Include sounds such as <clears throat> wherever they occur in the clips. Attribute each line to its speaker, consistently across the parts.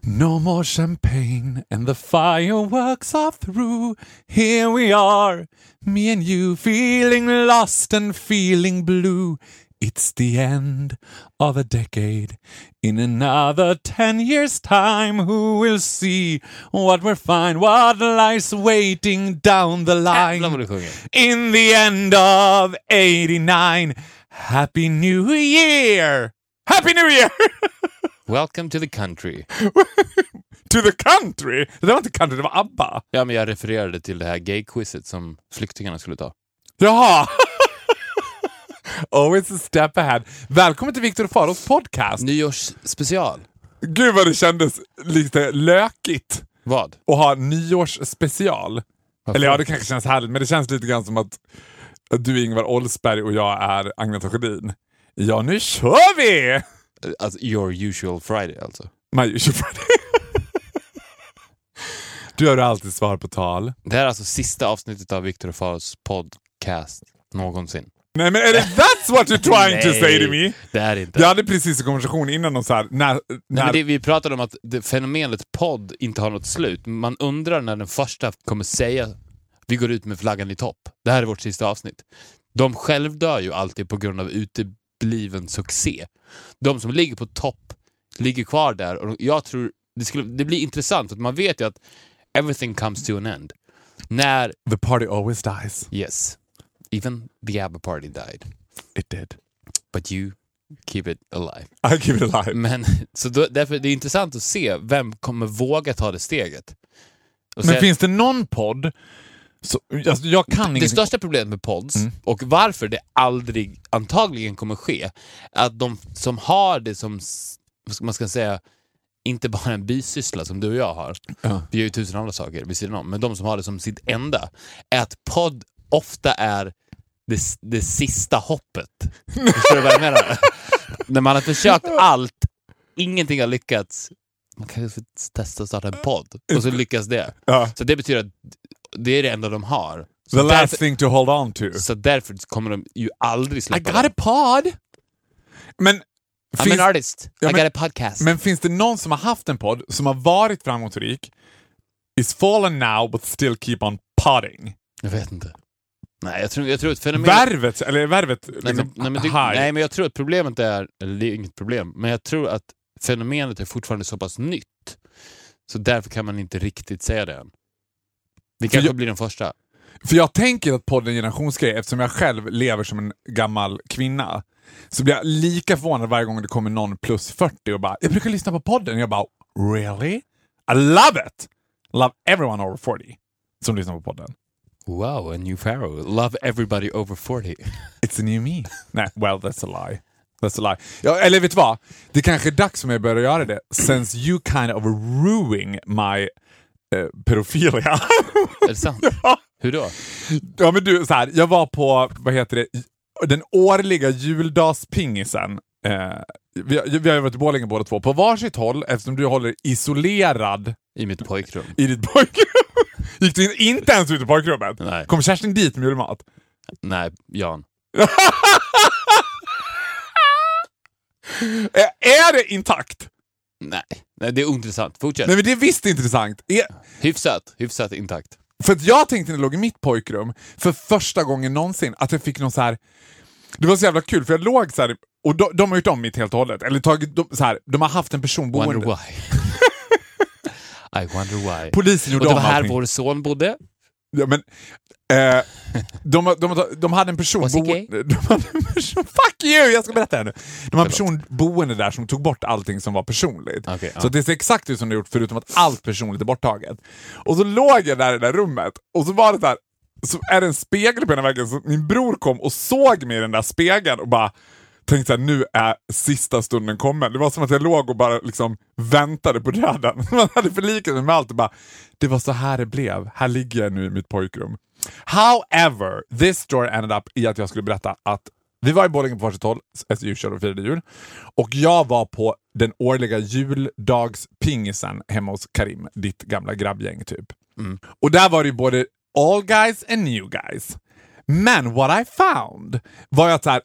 Speaker 1: No more champagne and the fireworks are through. Here we are, me and you, feeling lost and feeling blue. It's the end of a decade. In another 10 years' time, who will see what we're fine, what lies waiting down the
Speaker 2: Jävlar vad
Speaker 1: line?
Speaker 2: du sjunger.
Speaker 1: In the end of 89, Happy New Year! Happy New Year! <laughs>
Speaker 2: Welcome to the country.
Speaker 1: to the country! Det där var inte country, det var ABBA.
Speaker 2: Ja, men jag refererade till det här gay-quizet som flyktingarna skulle ta.
Speaker 1: Jaha! <laughs> Always a step ahead. Välkommen till Viktor och Faros podcast.
Speaker 2: Nyårsspecial.
Speaker 1: Gud vad det kändes lite lökigt
Speaker 2: Vad?
Speaker 1: att ha en nyårsspecial.
Speaker 2: Varför?
Speaker 1: Eller ja, det kanske känns härligt, men det känns lite grann som att att du är Ingvar Oldsberg och jag är Agneta Sjödin. Ja, nu kör vi!
Speaker 2: Alltså, your usual Friday alltså.
Speaker 1: My usual Friday. <laughs> Du har du alltid svar på tal.
Speaker 2: Det här är alltså sista avsnittet av Viktor och Faros podcast någonsin.
Speaker 1: Nej men är det that's what you're trying to say to me?
Speaker 2: Nej, Det är det inte.
Speaker 1: Jag hade precis en konversation innan om så här, när,
Speaker 2: Nej,
Speaker 1: när
Speaker 2: men det, vi pratade om att det, fenomenet podd inte har något slut. Man undrar när den första kommer säga vi går ut med flaggan i topp. Det här är vårt sista avsnitt. De självdör ju alltid på grund av utebliven succé. De som ligger på topp ligger kvar där och jag tror det, skulle, det blir intressant för att man vet ju att everything comes to an end. När,
Speaker 1: The party always dies.
Speaker 2: yes, even the ABBA party died,
Speaker 1: It did.
Speaker 2: but you keep it alive.
Speaker 1: I give it a life.
Speaker 2: Men, så då, därför det är intressant att se vem kommer våga ta det steget.
Speaker 1: Men
Speaker 2: Och sen-
Speaker 1: finns det någon podd... Så, alltså, jag kan
Speaker 2: det
Speaker 1: ingenting. Mm.
Speaker 2: största problemet med pods och varför det aldrig antagligen kommer ske, är att de som har det som, s- vad ska man ska säga, inte bara en bisyssla som du och jag har,
Speaker 1: Ja.
Speaker 2: vi gör ju tusen andra saker vid sidan om, men de som har det som sitt enda, är att podd ofta är det, s- det sista hoppet. Förstår du vad jag menar? När man har försökt allt, ingenting har lyckats, man kan ju testa att starta en podd och så lyckas det.
Speaker 1: Ja.
Speaker 2: Så det betyder att det är det enda de har. Så,
Speaker 1: The last
Speaker 2: därför,
Speaker 1: thing to hold on to.
Speaker 2: så därför kommer de ju aldrig
Speaker 1: I
Speaker 2: släppa
Speaker 1: got a
Speaker 2: den.
Speaker 1: pod! Men
Speaker 2: I'm
Speaker 1: finns,
Speaker 2: an artist.
Speaker 1: Ja,
Speaker 2: I
Speaker 1: men-
Speaker 2: got a podcast.
Speaker 1: men finns det någon som har haft en podd som har varit framgångsrik, is fallen now but still keep on potting?
Speaker 2: jag vet inte. Nej, jag tror, jag tror att fenomenet...
Speaker 1: Värvet, eller är värvet
Speaker 2: nej,
Speaker 1: liksom,
Speaker 2: men, nej, men, du,
Speaker 1: high?
Speaker 2: nej, men jag tror att problemet är... Eller det är inget problem, men jag tror att fenomenet är fortfarande så pass nytt. Så därför kan man inte riktigt säga det än. Det kanske
Speaker 1: jag-
Speaker 2: blir den första.
Speaker 1: För jag tänker att podden är en generationsgrej, eftersom jag själv lever som en gammal kvinna. Så blir jag lika förvånad varje gång det kommer någon plus 40 och bara “Jag brukar lyssna på podden” jag bara “Really? I love it! Love everyone over 40 som lyssnar på podden.
Speaker 2: Wow, a new pharaoh. Love everybody over 40.
Speaker 1: It's a new me. Nej, well that's a lie. That's a lie. Ja, eller vet du vad? Det kanske är dags för mig att börja göra det, since you kind of ruining my eh, pedophilia. <laughs>
Speaker 2: är det <laughs> sant? Hur då?
Speaker 1: Ja men du, så här, jag var på, vad heter det, den årliga juldagspingisen. Eh, vi, har- vi har ju varit i Borlänge båda två, på varsitt håll eftersom du håller isolerad
Speaker 2: I mitt pojkrum.
Speaker 1: i ditt <laughs> pojkrum. Gick du in, inte ens ut i pojkrummet?
Speaker 2: Nej.
Speaker 1: Kom Kerstin dit med julmat?
Speaker 2: Nej, Jan.
Speaker 1: Eh, är det intakt?
Speaker 2: Nej, nej det är ointressant. Fortsätt.
Speaker 1: Nej men det är visst intressant. Är,
Speaker 2: Hyfsat, hyfsat intakt.
Speaker 1: För att jag tänkte när jag låg i mitt pojkrum, för första gången någonsin, att jag fick någon så här... Det var så jävla kul, för jag låg så här... Och de, de har gjort om mitt helt och hållet. Eller tagit, de, så här, de har haft en person boende.
Speaker 2: Wonder why. <laughs> I wonder why.
Speaker 1: Polisen
Speaker 2: och
Speaker 1: gjorde
Speaker 2: det
Speaker 1: om
Speaker 2: var här
Speaker 1: allting.
Speaker 2: vår son bodde.
Speaker 1: Ja, men, eh, de, har- de, har- de hade en person
Speaker 2: Was he
Speaker 1: boende... <laughs> De hade en person, fuck you! Jag ska berätta det här nu. De har en person boende där som tog bort allting som var personligt.
Speaker 2: Okej,
Speaker 1: så
Speaker 2: ja.
Speaker 1: det ser exakt ut som det gjort förutom att allt personligt är borttaget. Och så låg jag där i det där rummet och så var det där så är det en spegel på ena väggen så min bror kom och såg mig i den där spegeln och bara tänkte såhär, nu är sista stunden kommen. Det var som att jag låg och bara liksom väntade på döden. <laughs> Man hade förlikat sig med allt och bara, det var så här det blev. Här ligger jag nu i mitt pojkrum. However, this story ended up i att jag skulle berätta att Vi var i Borlänge på varsitt håll, as usual, och firade jul. Och jag var på den årliga juldagspingisen hemma hos Karim, ditt gamla grabbgäng typ. Och där var det ju både all guys and new guys. Men what I found var ju att så här,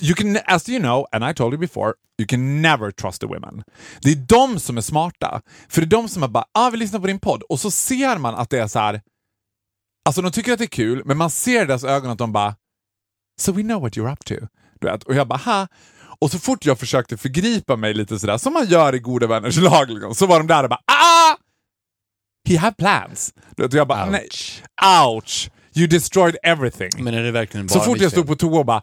Speaker 1: you can, as you know, and I told you before, you can never trust the women. Det är de som är smarta. För det är de som är bara, ah, vi lyssnar på din podd. Och så ser man att det är så här, Alltså de tycker att det är kul, men man ser i deras ögon att de bara “So we know what you're up to”. Du vet? Och jag bara “ha”. Och så fort jag försökte förgripa mig lite sådär, som man gör i goda vänners <laughs> lag, liksom, så var de där och bara “ah!” “He had plans”. Du vet? Och jag bara
Speaker 2: Ouch.
Speaker 1: “nej, ouch, you destroyed everything”.
Speaker 2: Men är det verkligen bara
Speaker 1: så fort
Speaker 2: vi
Speaker 1: jag
Speaker 2: tjejer?
Speaker 1: stod på toa och bara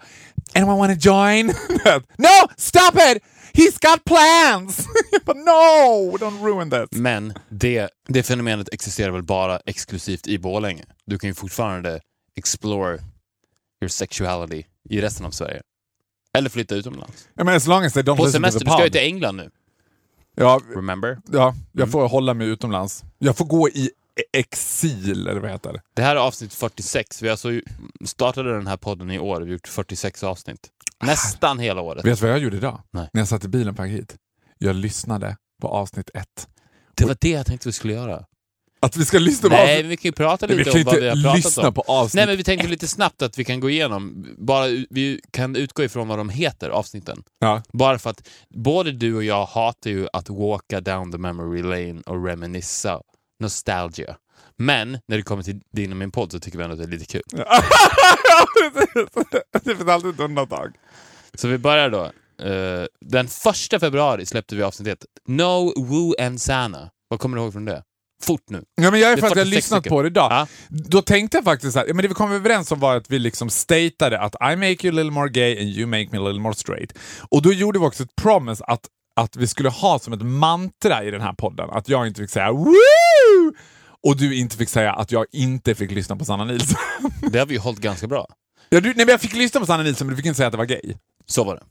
Speaker 1: “anyone wanna join?” <laughs> Du vet? “No, stop it! He's got plans!” <laughs> jag bara “no, don't ruin this”.
Speaker 2: Men det, det fenomenet existerar väl bara exklusivt i Borlänge? Du kan ju fortfarande explore your sexuality i resten av Sverige. Eller flytta utomlands.
Speaker 1: I mean, as long as they don't
Speaker 2: På
Speaker 1: listen to
Speaker 2: semester,
Speaker 1: the
Speaker 2: du ska ju
Speaker 1: pod.
Speaker 2: till England nu.
Speaker 1: Ja,
Speaker 2: Remember?
Speaker 1: Ja, jag får hålla mig utomlands. Jag får gå i e- exil, eller vad heter det?
Speaker 2: Det här är avsnitt 46. Vi har alltså ju- startade den här podden i år. Vi har gjort 46 avsnitt.
Speaker 1: Ah.
Speaker 2: Nästan hela året.
Speaker 1: Vet du vad jag gjorde idag?
Speaker 2: Nej.
Speaker 1: När jag satt i bilen på väg hit. Jag lyssnade på avsnitt ett.
Speaker 2: Det var det jag tänkte vi skulle göra.
Speaker 1: Att vi ska lyssna på
Speaker 2: Nej,
Speaker 1: avsnitt...
Speaker 2: men vi kan ju prata
Speaker 1: Nej, vi
Speaker 2: lite
Speaker 1: kan
Speaker 2: om vad vi
Speaker 1: inte
Speaker 2: har pratat
Speaker 1: lyssna
Speaker 2: om.
Speaker 1: på avsnitt
Speaker 2: Nej, men vi tänkte lite snabbt att vi kan gå igenom. Bara, u- vi kan utgå ifrån vad de heter, avsnitten. <laughs>
Speaker 1: Ja.
Speaker 2: Bara för att både du och jag hatar ju att walka down the memory lane och reminissa. Nostalgia. Men när det kommer till din och min podd så tycker vi ändå att det är lite kul.
Speaker 1: det finns alltid ett undantag.
Speaker 2: Så vi börjar då. Eh, den första februari släppte vi avsnittet No Woo and Sana. Vad kommer du ihåg från det? Fort nu.
Speaker 1: Ja, men jag är
Speaker 2: Det är
Speaker 1: för att jag har
Speaker 2: 46
Speaker 1: lyssnat
Speaker 2: stycken.
Speaker 1: på det idag.
Speaker 2: Ja.
Speaker 1: Då tänkte jag faktiskt så här, ja, men det vi kom överens om var att vi liksom stateade att I make you a little more gay and you make me a little more straight. Och då gjorde vi också ett promise att, att vi skulle ha som ett mantra i den här podden att jag inte fick säga woo! Och du inte fick säga att jag inte fick lyssna på Sanna Nilsson. <laughs>
Speaker 2: Det har vi ju hållit ganska bra.
Speaker 1: ja, du, nej, men jag fick lyssna på Sanna Nilsson men du fick inte säga att det var gay.
Speaker 2: Så var det.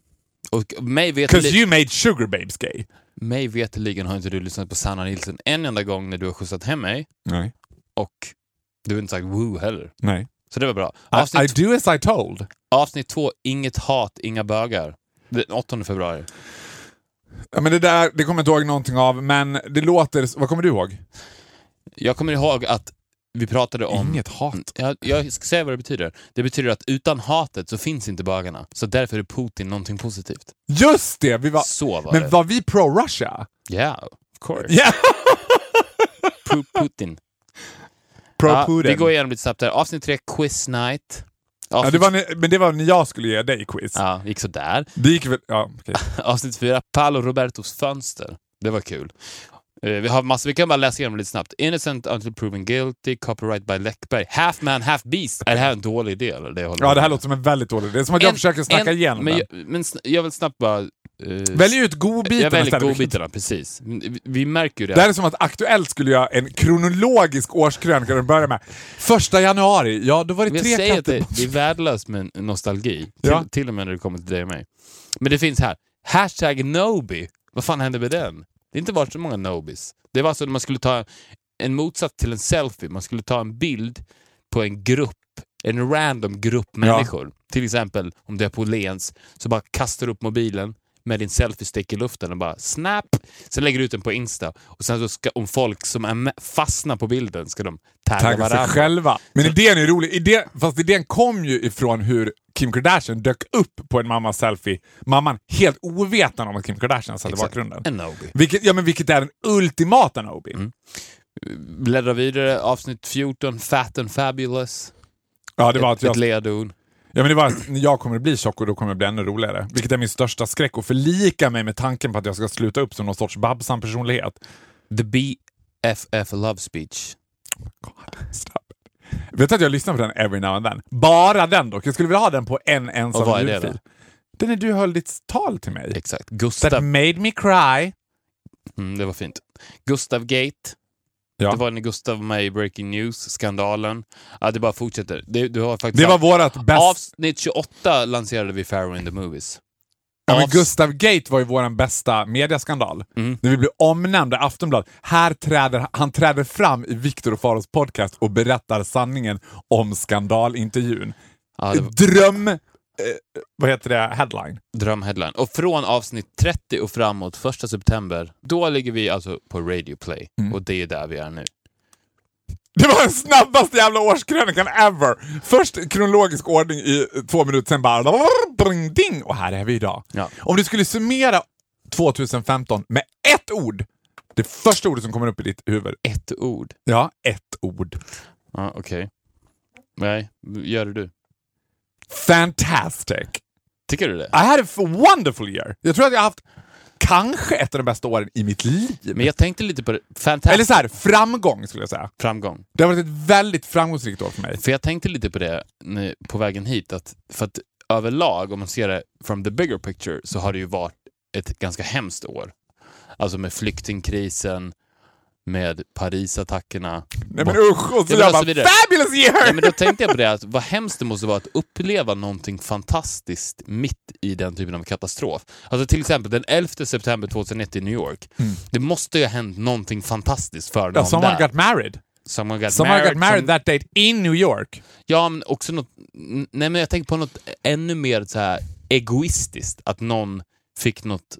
Speaker 2: Och mig
Speaker 1: Because
Speaker 2: veteligen,
Speaker 1: you made sugar babes gay.
Speaker 2: mig veteligen har inte du lyssnat på Sanna Nilsson en enda gång när du har skjutsat hem mig
Speaker 1: Nej.
Speaker 2: och du har inte sagt woo heller.
Speaker 1: Nej.
Speaker 2: Så det var bra.
Speaker 1: I, I
Speaker 2: Avsnitt,
Speaker 1: do as I told.
Speaker 2: avsnitt två, Inget hat, inga bögar. Den 8 februari.
Speaker 1: Ja, men det där det kommer jag inte ihåg någonting av men det låter... Vad kommer du ihåg?
Speaker 2: Jag kommer ihåg att vi pratade om...
Speaker 1: Inget hat.
Speaker 2: Jag, jag ska säga vad det betyder. Det betyder att utan hatet så finns inte bögarna. Så därför är Putin någonting positivt.
Speaker 1: Just det! Vi var,
Speaker 2: Så var det.
Speaker 1: men var vi pro-Russia?
Speaker 2: Yeah, of course.
Speaker 1: <laughs> Ja.
Speaker 2: Pu- Putin. Ja,
Speaker 1: Pro-Putin.
Speaker 2: vi går igenom lite snabbt där. Avsnitt tre, Quiz Night.
Speaker 1: ja,
Speaker 2: Avsnitt,
Speaker 1: det var, när- men det var när jag skulle ge dig quiz.
Speaker 2: ja, det gick sådär.
Speaker 1: Det gick väl... Ja, okej.
Speaker 2: Avsnitt fyra, Paolo Robertos fönster. Det var kul. Eh, Vi, har massor, vi kan bara läsa igenom lite snabbt. Innocent until proven guilty, copyright by Läckberg. Half man, half beast. Är det här en dålig idé? Eller det jag håller
Speaker 1: ja,
Speaker 2: på
Speaker 1: det här
Speaker 2: med?
Speaker 1: låter som en väldigt dålig idé. Det är som att jag
Speaker 2: En-
Speaker 1: försöker snacka
Speaker 2: en-
Speaker 1: igenom
Speaker 2: men
Speaker 1: den.
Speaker 2: jag, men sn- jag vill snabbt bara... eh,
Speaker 1: Välj ut godbitarna
Speaker 2: Jag väljer
Speaker 1: istället.
Speaker 2: godbitarna, precis. Vi, vi märker ju det.
Speaker 1: Det här är som att Aktuellt skulle göra en kronologisk årskrönika och börja med första januari. Ja, då var det
Speaker 2: Men
Speaker 1: tre
Speaker 2: jag säger att
Speaker 1: katter.
Speaker 2: det, det är värdelöst med nostalgi.
Speaker 1: Ja.
Speaker 2: Till, till och med när det kommer till dig och mig. Men det finns här. Hashtag Nobi. Vad fan hände med den? Det har inte varit så många Nobis. Det var alltså när man skulle ta en motsats till en selfie. Man skulle ta en bild på en grupp. En random grupp människor. Till exempel om det är på Åhléns så bara kastar du upp mobilen med din selfiestick i luften och bara snap. Sen lägger du ut den på Insta och sen så ska, om folk som är med, fastnar på bilden ska de tagga
Speaker 1: Tagga sig
Speaker 2: varandra.
Speaker 1: själva. Men idén är rolig. Idén, fast idén kom ju ifrån hur Kim Kardashian dök upp på en mammas selfie. Mamman helt ovetande om att Kim Kardashian satt i
Speaker 2: Exakt.
Speaker 1: bakgrunden.
Speaker 2: En Nobi.
Speaker 1: Vilket, ja, men vilket är den ultimata Nobi.
Speaker 2: Mm. bläddrar vidare, avsnitt 14, Fat and Fabulous.
Speaker 1: Ja, det var alltså att
Speaker 2: ett ett
Speaker 1: jag,
Speaker 2: ledord.
Speaker 1: ja, men det var att när jag kommer att bli tjock och då kommer jag bli ännu roligare. Vilket är min största skräck, att förlika mig med tanken på att jag ska sluta upp som någon sorts Babsan-personlighet.
Speaker 2: The BFF Love Speech.
Speaker 1: Stop it. Vet du att jag lyssnar på den every now and then? Bara den dock. Jag skulle vilja ha den på en
Speaker 2: Och vad
Speaker 1: ensam
Speaker 2: är det
Speaker 1: ljudfil. Den är du höll ditt tal till mig.
Speaker 2: Exakt.
Speaker 1: That
Speaker 2: Gustav,
Speaker 1: made me cry.
Speaker 2: mm, det var fint. Gustav Gate.
Speaker 1: Ja.
Speaker 2: Det var när Gustav var med i Breaking News-skandalen. Ja, det bara fortsätter. Det, du har faktiskt
Speaker 1: Det var vårt bästa...
Speaker 2: Avsnitt 28 lanserade vi Pharaoh in the Movies.
Speaker 1: Ja, men
Speaker 2: avs-
Speaker 1: Gustav Gate var ju vår bästa mediaskandal.
Speaker 2: Mm.
Speaker 1: När vi blev omnämnda i Aftonbladet. Här träder, han träder fram i Viktor och Faros podcast och berättar sanningen om skandalintervjun.
Speaker 2: Ja, det var-
Speaker 1: Dröm eh, vad heter det, headline.
Speaker 2: Drömheadline. Och från avsnitt 30 och framåt, första september, då ligger vi alltså på Radio Play.
Speaker 1: Mm.
Speaker 2: Och det är där vi är nu.
Speaker 1: Det var den snabbaste jävla årskrönikan ever! Först kronologisk ordning i två minuter, sen bara... bring, Ding, och här är vi idag.
Speaker 2: Ja.
Speaker 1: Om du skulle summera 2015 med ett ord, det första ordet som kommer upp i ditt huvud.
Speaker 2: Ett ord.
Speaker 1: Ja, ett ord.
Speaker 2: Ja, okej. Nej, gör det du.
Speaker 1: Fantastic!
Speaker 2: Tycker du det?
Speaker 1: I had a f- wonderful year! Jag tror att jag har haft kanske ett av de bästa åren i mitt liv.
Speaker 2: Men jag tänkte lite på det. Fantastisk
Speaker 1: Eller så här, framgång skulle jag säga.
Speaker 2: framgång.
Speaker 1: Det har varit ett väldigt framgångsrikt år för mig.
Speaker 2: För jag tänkte lite på det när- på vägen hit, att, för att överlag, om man ser det from the bigger picture, så har det ju varit ett ganska hemskt år. Alltså med flyktingkrisen, med Parisattackerna.
Speaker 1: Nej men usch! Och så
Speaker 2: Ja, men
Speaker 1: jag
Speaker 2: alltså
Speaker 1: bara,
Speaker 2: vidare.
Speaker 1: fabulous year!
Speaker 2: Nej, men då tänkte jag på det, att vad hemskt det måste vara att uppleva någonting fantastiskt mitt i den typen av katastrof. Alltså till exempel den 11 september 2001 i New York. Det måste ju ha hänt någonting fantastiskt för någon
Speaker 1: Mm. Ja, someone
Speaker 2: där.
Speaker 1: got married.
Speaker 2: someone got
Speaker 1: Someone
Speaker 2: married.
Speaker 1: got married
Speaker 2: some-
Speaker 1: that date in New York.
Speaker 2: Ja, men också något... n- Nej, men jag tänker på något ännu mer så här egoistiskt. Att någon fick något...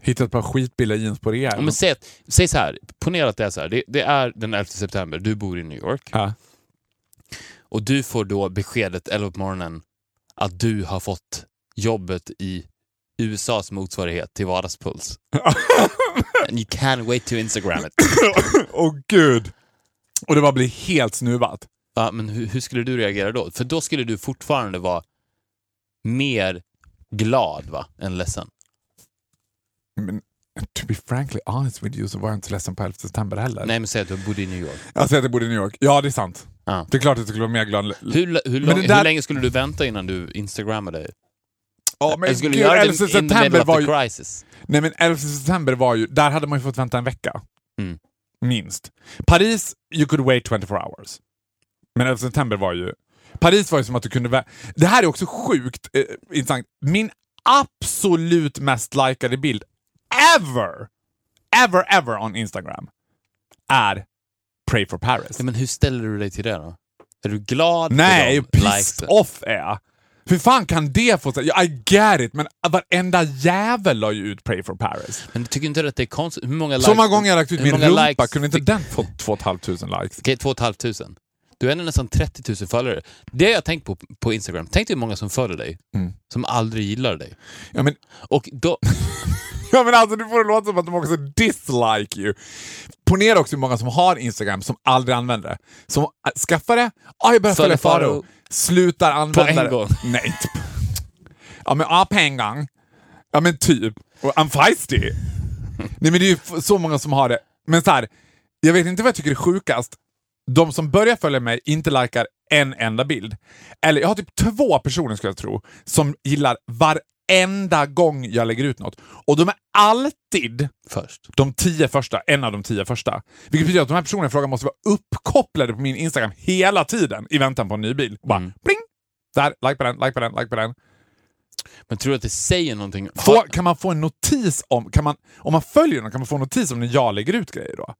Speaker 1: Hittat ett par skitbilliga jeans på rea.
Speaker 2: Ja, men säg, att- säg så här, ponera att det är så här. Det, det är den 11 september, du bor i New York
Speaker 1: Ja.
Speaker 2: och du får då beskedet 11 på morgonen att du har fått jobbet i USAs motsvarighet till Vardagspuls. And you can't wait to Instagram it.
Speaker 1: Åh gud! Och det bara blir helt snuvat.
Speaker 2: Ja, men hur, hur skulle du reagera då? För då skulle du fortfarande vara mer glad va, än ledsen.
Speaker 1: Men to be frankly honest with you så var jag inte så ledsen på 11 september heller.
Speaker 2: Nej, men säg att du bodde i New York.
Speaker 1: Jag säger att jag bodde i New York. Ja, det är sant.
Speaker 2: Ja.
Speaker 1: Det är klart att jag skulle vara mer glad.
Speaker 2: Hur, hur,
Speaker 1: det
Speaker 2: lång,
Speaker 1: där-
Speaker 2: hur länge skulle du vänta innan du instagrammade dig?
Speaker 1: Ja,
Speaker 2: Eller skulle du
Speaker 1: gud,
Speaker 2: göra
Speaker 1: 11
Speaker 2: det in the middle
Speaker 1: september
Speaker 2: of
Speaker 1: var
Speaker 2: the
Speaker 1: ju...
Speaker 2: crisis?
Speaker 1: Nej, men 11 september var ju... Där hade man ju fått vänta en vecka.
Speaker 2: Mm.
Speaker 1: Minst. Paris, you could wait 24 hours. Men 11 september var ju... Paris var ju som att du kunde... vä- Det här är också sjukt eh, intressant. Min absolut mest likade bild ever, ever, ever on Instagram är Pray for Paris.
Speaker 2: Ja, men hur ställer du dig till det då? Är du glad
Speaker 1: Nej,
Speaker 2: för de
Speaker 1: pissed
Speaker 2: likesen?
Speaker 1: off är jag. Hur fan kan det få sig? I get it, men varenda jävel la ju ut Pray for Paris.
Speaker 2: Men tycker inte du att det är konstigt? Hur många likes?
Speaker 1: Så många gånger jag lagt ut
Speaker 2: hur
Speaker 1: min
Speaker 2: många
Speaker 1: rumpa,
Speaker 2: likes
Speaker 1: kunde inte den få 2 500 likes?
Speaker 2: Okej, två och ett halvt tusen. Du är ändå nästan 30 000 följare. Det har jag tänkt på på Instagram. Tänk dig hur många som följer dig,
Speaker 1: Mm.
Speaker 2: som aldrig gillar dig.
Speaker 1: Ja men,
Speaker 2: Och
Speaker 1: <laughs>
Speaker 2: då...
Speaker 1: ja, men alltså du får det låta som att de också dislike you. Ponera också hur många som har Instagram som aldrig använder det. Som äh, skaffar det, ah, jag börjar följa
Speaker 2: Följer Faro.
Speaker 1: Faro, slutar använda
Speaker 2: en
Speaker 1: det.
Speaker 2: gång.
Speaker 1: Nej, typ. Ja men ja, på en gång. Ja men typ. Och I'm feisty. Nej men det är ju f- så många som har det. Men så här, jag vet inte vad jag tycker är sjukast. De som börjar följa mig inte likar en enda bild. Eller jag har typ två personer skulle jag tro som gillar varenda gång jag lägger ut något. Och de är alltid
Speaker 2: Först.
Speaker 1: de tio första, en av de tio första. Vilket betyder att de här personerna i fråga måste vara uppkopplade på min Instagram hela tiden i väntan på en ny bil. Och bara pling! Där, like på den, like på den, like på den.
Speaker 2: Men tror du att det säger någonting?
Speaker 1: Få,
Speaker 2: Har-
Speaker 1: kan man få en notis om... Kan man, om man följer någon, kan man få en notis om när jag lägger ut grejer då?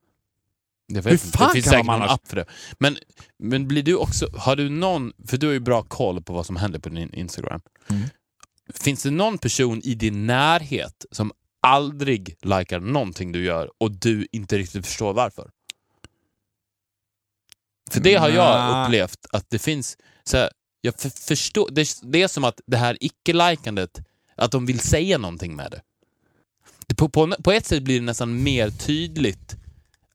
Speaker 2: Jag vet
Speaker 1: Hur
Speaker 2: inte.
Speaker 1: fan
Speaker 2: det finns
Speaker 1: kan
Speaker 2: säkert
Speaker 1: man
Speaker 2: någon
Speaker 1: annars-
Speaker 2: app för det. Men, men blir du också, har du någon, för du har ju bra koll på vad som händer på din Instagram.
Speaker 1: Mm.
Speaker 2: Finns det någon person i din närhet som aldrig likar någonting du gör och du inte riktigt förstår varför? För det har jag
Speaker 1: Nja.
Speaker 2: upplevt att det finns, så här, jag f- förstår, det, det är som att det här icke-likandet, att de vill säga någonting med det. det på, på, på ett sätt blir det nästan mer tydligt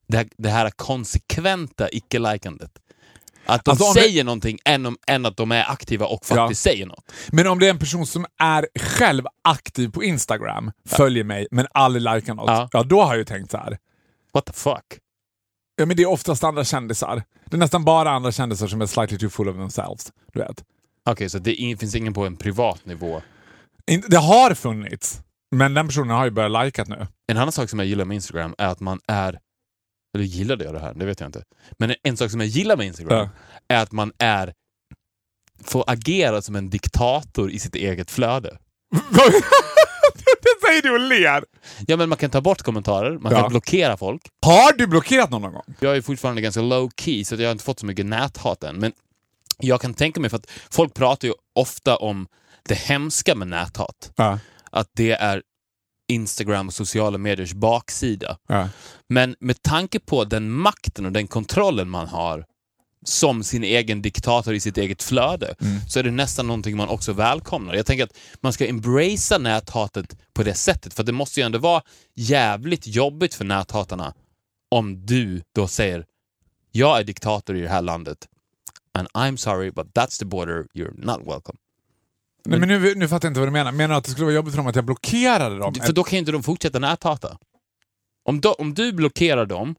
Speaker 2: det här, det här konsekventa icke-likandet. Att de
Speaker 1: Alltså, om det-
Speaker 2: säger någonting än, om, än att de är aktiva och faktiskt säger något.
Speaker 1: Men om det är en person som är själv aktiv på Instagram, följer mig, men aldrig likar något. Ja.
Speaker 2: Ja.
Speaker 1: då har jag ju tänkt så här.
Speaker 2: What the fuck?
Speaker 1: Ja, men det är oftast andra kändisar. Det är nästan bara andra kändisar som är slightly too full of themselves. Du vet.
Speaker 2: Okej, så det är, ing- finns ingen på en privat nivå.
Speaker 1: In, det har funnits, men den personen har ju börjat likat <laughs> nu.
Speaker 2: En annan sak som jag gillar med Instagram är att man är... Eller gillade jag det här? Det vet jag inte. Men en sak som jag gillar med Instagram är att man är... Får agera som en diktator i sitt eget flöde.
Speaker 1: det säger du och ler!
Speaker 2: Ja, men man kan ta bort kommentarer, man
Speaker 1: Ja.
Speaker 2: kan blockera folk.
Speaker 1: Har du blockerat någon någon gång?
Speaker 2: Jag är fortfarande ganska low key så att jag har inte fått så mycket näthat än. Men jag kan tänka mig, för att folk pratar ju ofta om det hemska med näthat.
Speaker 1: Ja,
Speaker 2: Att det är Instagram och sociala mediers baksida.
Speaker 1: ja.
Speaker 2: Men med tanke på den makten och den kontrollen man har som sin egen diktator i sitt eget flöde,
Speaker 1: Mm.
Speaker 2: så är det nästan någonting man också välkomnar. Jag tänker att man ska embracea näthatet på det sättet, för det måste ju ändå vara jävligt jobbigt för näthatarna om du då säger “Jag är diktator i det här landet, and I'm sorry but that's the border, you're not welcome”.
Speaker 1: Nej, men nu, nu fattar jag inte vad du menar. Menar du att det skulle vara jobbigt för dem att jag blockerade dem?
Speaker 2: För då kan ju inte de fortsätta näthata. Om, do, om du blockerar dem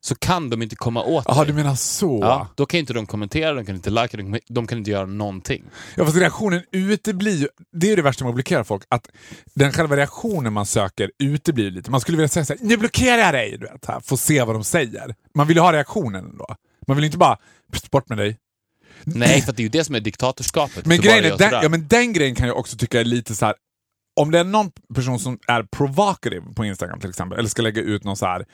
Speaker 2: så kan de inte komma åt
Speaker 1: Jaha,
Speaker 2: dig.
Speaker 1: du menar så.
Speaker 2: Ja,
Speaker 1: Ja.
Speaker 2: då kan inte de kommentera, de kan inte likea, de, de kan inte göra någonting.
Speaker 1: fast reaktionen uteblir ju. Det är ju det värsta med att blockera folk. Att den själva reaktionen man söker uteblir lite. Man skulle vilja säga så här, nu blockerar jag dig! Du vet, här, få se vad de säger. Man vill ju ha reaktionen ändå. Man vill ju inte bara, "Pst, bort med dig.
Speaker 2: Nej, för att det är ju det som är diktatorskapet.
Speaker 1: Men
Speaker 2: Så
Speaker 1: grejen,
Speaker 2: bara
Speaker 1: är,
Speaker 2: gör
Speaker 1: den,
Speaker 2: sådär.
Speaker 1: ja, men den grejen kan jag också tycka är lite så här. Om det är någon person som är provocative på Instagram till exempel, eller ska lägga ut någon så här,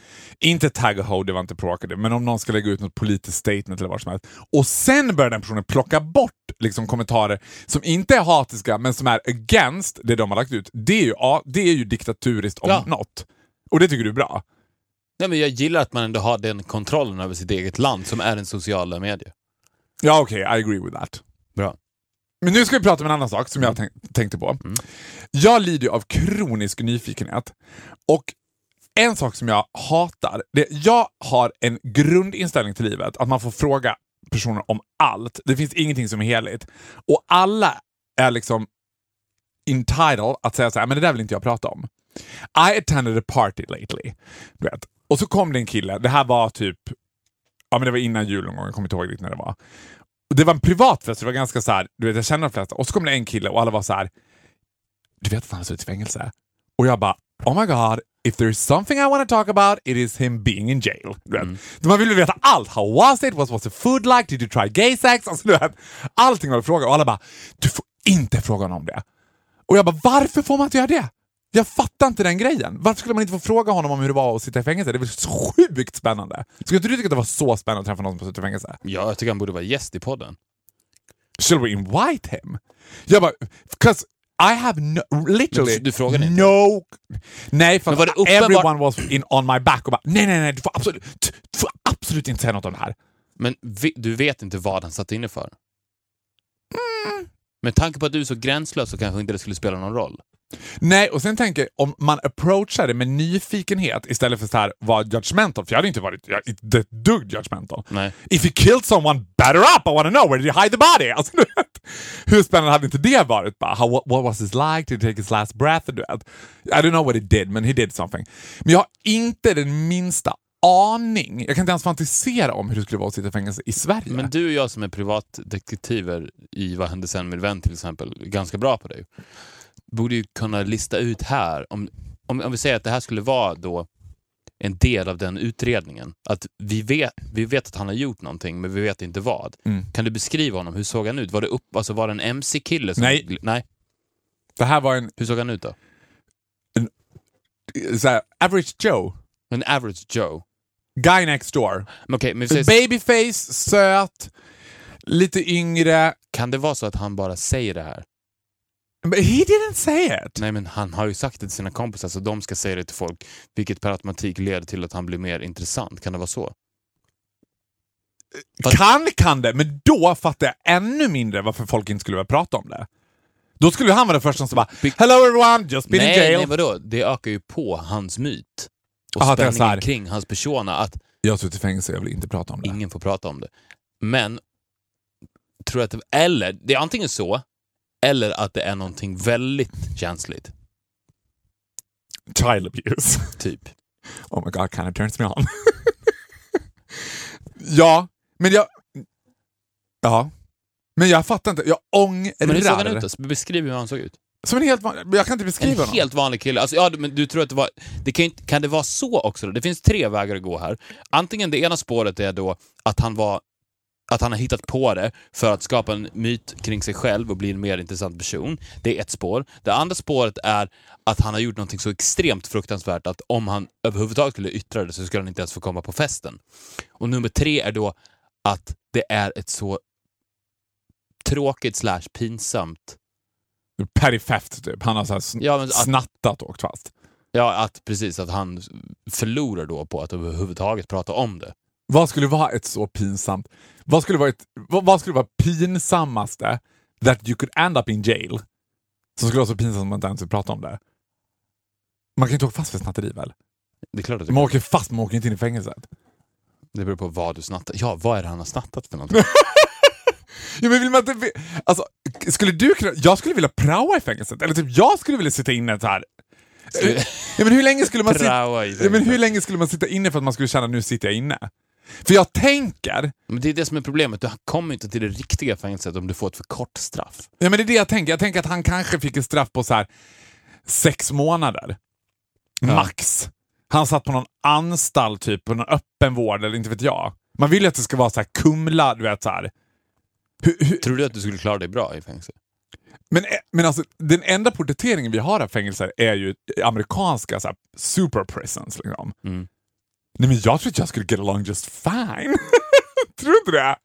Speaker 1: inte tagga ho, det var inte provocative, men om någon ska lägga ut något politiskt statement eller vad som helst, och sen börjar den personen plocka bort liksom, kommentarer som inte är hatiska, men som är against det de har lagt ut, det är ju, ja, det är ju diktaturiskt om
Speaker 2: Ja.
Speaker 1: något. Och det tycker du är bra?
Speaker 2: Nej, men jag gillar att man ändå har den kontrollen över sitt eget land som är den sociala medier.
Speaker 1: Ja, okej, I agree with that.
Speaker 2: Bra.
Speaker 1: Men nu ska vi prata om en annan sak som jag tänk tänkte på. Jag lider ju av kronisk nyfikenhet. Och en sak som jag hatar, det, jag har en grundinställning till livet att man får fråga personer om allt. Det finns ingenting som är heligt. Och alla är liksom entitled att säga så här, men det där vill inte jag prata om. I attended a party lately. Du vet. Och så kom det en kille, det här var typ, ja men det var innan jul någon gång, jag kommer inte ihåg riktigt när det var. Och det var en privat fest, det var ganska så här, du vet jag känner de flesta. Och så kom det en kille och alla var så här, du vet att han har suttit i fängelse? Och jag bara, oh my god, if there's something I want to talk about it is him being in jail. Du vet. Man ville veta allt. How was it? What was the food like? Did you try gay sex? Alltså, du vet, allting var det fråga och alla bara, du får inte fråga honom om det. Och jag bara, varför får man inte göra det? Jag fattar inte den grejen. Varför skulle man inte få fråga honom om hur det var att sitta i fängelse? Det är väl så sjukt spännande? Skulle inte du tycka att det var så spännande att träffa någon som har suttit i fängelse?
Speaker 2: Ja, jag tycker han borde vara gäst i podden.
Speaker 1: Should we invite him? Jag bara, 'cause I have no, literally
Speaker 2: Men du- du frågade inte.
Speaker 1: no... Nej, för
Speaker 2: Men var det uppenbart-
Speaker 1: everyone was in on my back och bara nej, nej, nej, du får absolut, du får absolut inte säga något om det här.
Speaker 2: Men vi, du vet inte vad han satt inne för.
Speaker 1: Mm.
Speaker 2: Med tanke på att du är så gränslös så kanske inte det skulle spela någon roll.
Speaker 1: Nej, och sen tänker jag om man approachar det med nyfikenhet istället för så här vara judgmental, för jag hade inte varit jag, inte ett dugg judgmental.
Speaker 2: Nej.
Speaker 1: If he killed someone, batter up! I wanna know where did he hide the body? Alltså, du vet, hur spännande hade inte det varit? Bara, how, what was his like? Did he take his last breath? Du vet. I don't know what he did, men he did something. Men jag har inte den minsta aning. Jag kan inte ens fantisera om hur det skulle vara att sitta i fängelse i Sverige.
Speaker 2: Men du och jag som är privatdetektiver i Vad hände sen med vän till exempel, är ganska bra på det. Borde ju kunna lista ut här, om, om, om vi säger att det här skulle vara då en del av den utredningen. Att vi vet, vi vet att han har gjort någonting, men vi vet inte vad.
Speaker 1: Mm.
Speaker 2: Kan du beskriva honom? Hur såg han ut? Var det, upp, alltså var det en mc-kille? Som,
Speaker 1: Nej.
Speaker 2: nej.
Speaker 1: Det här var en
Speaker 2: Hur såg han ut då?
Speaker 1: eh, så här, average Joe,
Speaker 2: En average Joe.
Speaker 1: guy next door.
Speaker 2: Men okej, men vi säger,
Speaker 1: Babyface, söt, lite yngre.
Speaker 2: kan det vara så att han bara säger det här?
Speaker 1: But he didn't say it.
Speaker 2: Nej, men han har ju sagt det till sina kompisar så de ska säga det till folk, vilket per automatik leder till att han blir mer intressant. Kan det vara så? Fast-
Speaker 1: Kan kan det, men då fattar jag ännu mindre varför folk inte skulle vilja prata om det. Då skulle han vara den första som bara
Speaker 2: Be-
Speaker 1: “Hello everyone, just been in
Speaker 2: nej, nej,
Speaker 1: jail”.
Speaker 2: vadå? Det ökar ju på hans myt och
Speaker 1: Aha, det är så här.
Speaker 2: spänningen kring hans persona att
Speaker 1: jag har suttit i fängelse, jag vill inte prata om det.
Speaker 2: ingen får prata om det. Men, tror jag att det, eller, det är antingen så, eller att det är någonting väldigt känsligt.
Speaker 1: Child abuse. <laughs>
Speaker 2: Typ.
Speaker 1: oh my god, kind of turns me on. <laughs> ja, men jag... Ja. Men jag fattar inte, jag ångrar.
Speaker 2: Men hur såg han ut då? Beskriv hur han såg ut.
Speaker 1: Som en helt vanlig... Jag kan inte
Speaker 2: En
Speaker 1: beskriva honom.
Speaker 2: helt vanlig kille. Alltså, ja, men du tror att det var... Det kan, ju inte, kan det vara så också? Då? Det finns tre vägar att gå här. Antingen det ena spåret är då att han var att han har hittat på det för att skapa en myt kring sig själv och bli en mer intressant person. Det är ett spår. Det andra spåret är att han har gjort någonting så extremt fruktansvärt att om han överhuvudtaget skulle yttra det så skulle han inte ens få komma på festen. Och nummer tre är då att det är ett så tråkigt slash pinsamt
Speaker 1: perifeft typ. Han har så här sn-
Speaker 2: Ja, men att-
Speaker 1: snattat och åkt fast.
Speaker 2: Ja, att precis. Att han förlorar då på att överhuvudtaget prata om det.
Speaker 1: Vad skulle vara ett så pinsamt... Vad skulle vara, ett, vad, vad skulle vara pinsammaste that you could end up in jail? Som skulle vara så pinsamt att man inte ens vill prata om det. Man kan ju inte åka fast för snatteri väl?
Speaker 2: Det är klart att det,
Speaker 1: Man åker fast, man åker inte in i fängelset.
Speaker 2: det beror på vad du snattar. Ja, vad är det han har snattat för någonting?
Speaker 1: Ja, men vill man inte, alltså, skulle du kunna, jag skulle vilja praoa i fängelset. Eller typ, jag skulle vilja sitta inne så här. Eh, Ja, men hur länge skulle man sitta...
Speaker 2: Praoa i
Speaker 1: Ja, men hur
Speaker 2: fängelset.
Speaker 1: länge skulle man sitta inne för att man skulle känna nu sitter jag inne? För jag tänker,
Speaker 2: Men det är det som är problemet. Du kommer inte till det riktiga fängelset om du får ett för kort straff.
Speaker 1: ja men det är det jag tänker, jag tänker att han kanske fick ett straff på så här sex månader. Max. Han satt på någon anstalt, typ på någon öppenvård eller inte vet jag. Man vill ju att det ska vara så här Kumla, du vet så här. Hur, hur,
Speaker 2: Tror du att du skulle klara dig bra i fängelse?
Speaker 1: Men, men alltså, den enda porträtteringen vi har av fängelser är ju amerikanska så här, super prisons. Liksom.
Speaker 2: Mm.
Speaker 1: Nej, men jag tror att jag skulle get along just fine. <laughs> tror du inte det?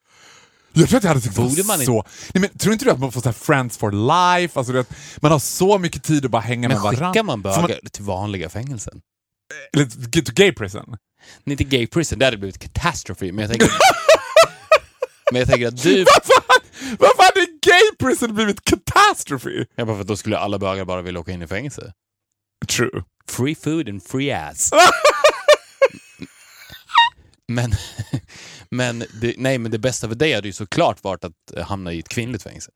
Speaker 1: Jag tror att jag hade tyckt
Speaker 2: Borde
Speaker 1: det
Speaker 2: man
Speaker 1: var
Speaker 2: inte-
Speaker 1: så... Nej, men, tror inte du att man får så här, friends for life? Alltså, du vet, man har så mycket tid att bara hänga
Speaker 2: Men
Speaker 1: med varandra.
Speaker 2: skickar man
Speaker 1: Får
Speaker 2: bögar till vanliga fängelsen?
Speaker 1: Eller get to gay prison. <laughs>
Speaker 2: Nej, inte gay prison, det hade blivit catastrophe. Men jag tänker, men jag tänker att du...
Speaker 1: Varför hade gay prison blivit catastrophe?
Speaker 2: Jag bara, för att då skulle alla bögar bara vilja åka in i fängelse.
Speaker 1: True.
Speaker 2: Free food and
Speaker 1: <laughs>
Speaker 2: free ass. men, men, det, nej, men det bästa för dig hade ju såklart varit att eh, hamna i ett kvinnligt fängelse.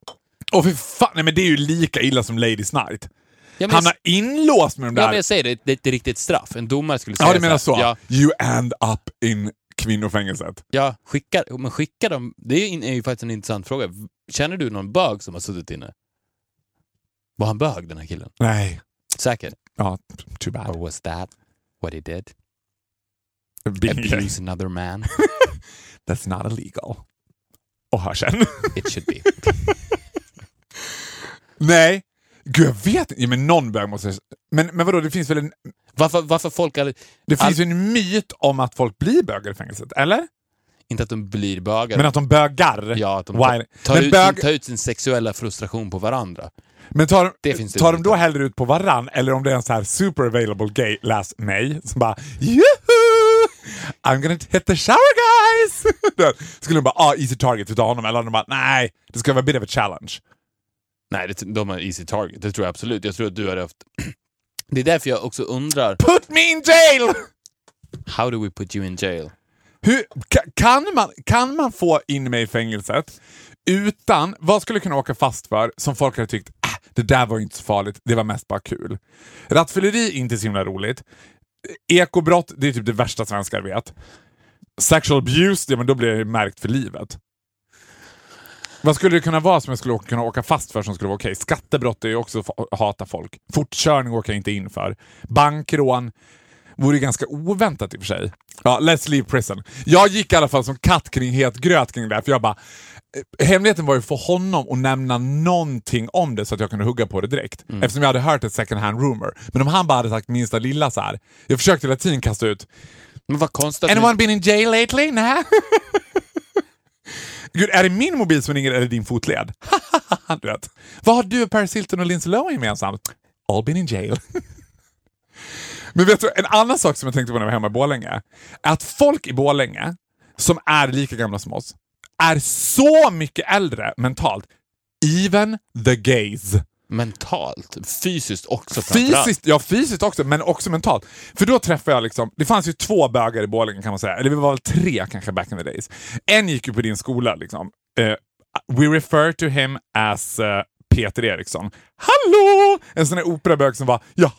Speaker 1: Och för fan, nej, men det är ju lika illa som Ladies Night.
Speaker 2: Ja, men,
Speaker 1: Han har inlåst med de där...
Speaker 2: ja, men jag säger det, det är inte riktigt straff. En domare skulle säga
Speaker 1: Ja, du menar så?
Speaker 2: här, Ja,
Speaker 1: You end up in kvinnofängelset.
Speaker 2: ja skicka, men skicka dem. Det är ju, är ju faktiskt en intressant fråga. Känner du någon bög som har suttit inne? Var han bög, den här killen?
Speaker 1: Nej.
Speaker 2: Säkert.
Speaker 1: Ja, too
Speaker 2: Or
Speaker 1: bad.
Speaker 2: was that what
Speaker 1: <laughs>
Speaker 2: he did?
Speaker 1: Being gay.
Speaker 2: Abuse another man?
Speaker 1: Oh, That's not illegal. Och hör sen.
Speaker 2: It should be.
Speaker 1: <laughs> Nej. Gud, jag vet inte. Ja, men någon bög måste... Men, men vadå, det finns väl en,
Speaker 2: Varför, varför folk aldrig...
Speaker 1: det
Speaker 2: Allt-
Speaker 1: finns ju en myt om att folk blir bögar i fängelset, eller?
Speaker 2: Inte att de blir bögar.
Speaker 1: Men att de bögar.
Speaker 2: <laughs> ja, att de
Speaker 1: Why?
Speaker 2: tar, tar,
Speaker 1: men
Speaker 2: ut,
Speaker 1: bög-
Speaker 2: sin, tar ut sin sexuella frustration på varandra.
Speaker 1: Men tar,
Speaker 2: Det finns det
Speaker 1: tar
Speaker 2: ju
Speaker 1: de då
Speaker 2: inte.
Speaker 1: hellre ut på varann eller om det är en så här super available gay, läs mig, som bara Juhu! I'm gonna hit the shower guys! <laughs> Du vet, Skulle de bara ah, easy target utav honom eller om de bara nej, det ska vara a bit of a challenge.
Speaker 2: Nej, det, de är easy target. Det tror jag absolut. Jag tror att du hade haft... <clears throat> Det är därför jag också undrar,
Speaker 1: Put me in jail!
Speaker 2: how do we put you in jail?
Speaker 1: Hur, ka- kan, man, kan man få in mig i fängelset utan, vad skulle jag kunna åka fast för som folk hade tyckt äh, det där var ju inte så farligt, det var mest bara kul. Rattfylleri är inte så himla roligt. Ekobrott, det är typ det värsta svenskar vet. Sexual abuse, ja men då blir det märkt för livet. Vad skulle det kunna vara som jag skulle åka, kunna åka fast för som skulle vara okej? Skattebrott är ju också fa- hata folk. Fortkörning åker jag inte in för. Bankrån vore ju ganska oväntat i och för sig. Ja, let's leave prison. Jag gick i alla fall som katt kring het gröt kring det här, för jag bara... eh, Hemligheten var ju för honom att nämna någonting om det så att jag kunde hugga på det direkt. Eftersom jag hade hört ett second hand rumor. Men om han bara hade sagt minsta lilla så här. Jag försökte hela tiden kasta ut
Speaker 2: Men vad konstigt att
Speaker 1: Anyone
Speaker 2: ni,
Speaker 1: been in jail lately? Nej. <laughs> Gud, är det min mobil som ringer eller din fotled? <laughs> du vet. Vad har du, Paris Hilton och Lindsay Lohan gemensamt? All been in jail. <laughs> Men vet du, en annan sak som jag tänkte på när jag var hemma i Borlänge är att folk i Borlänge som är lika gamla som oss är så mycket äldre mentalt. Even the gays.
Speaker 2: mentalt, fysiskt också framförallt.
Speaker 1: Fysiskt, ja, fysiskt också, men också mentalt. För då träffade jag liksom, det fanns ju två bögar i Borlänge kan man säga, eller vi var väl tre kanske back in the days. En gick ju på din skola liksom. Eh, we refer to him as eh, Peter Eriksson. Hallå! En sån där operabög som var, jaha,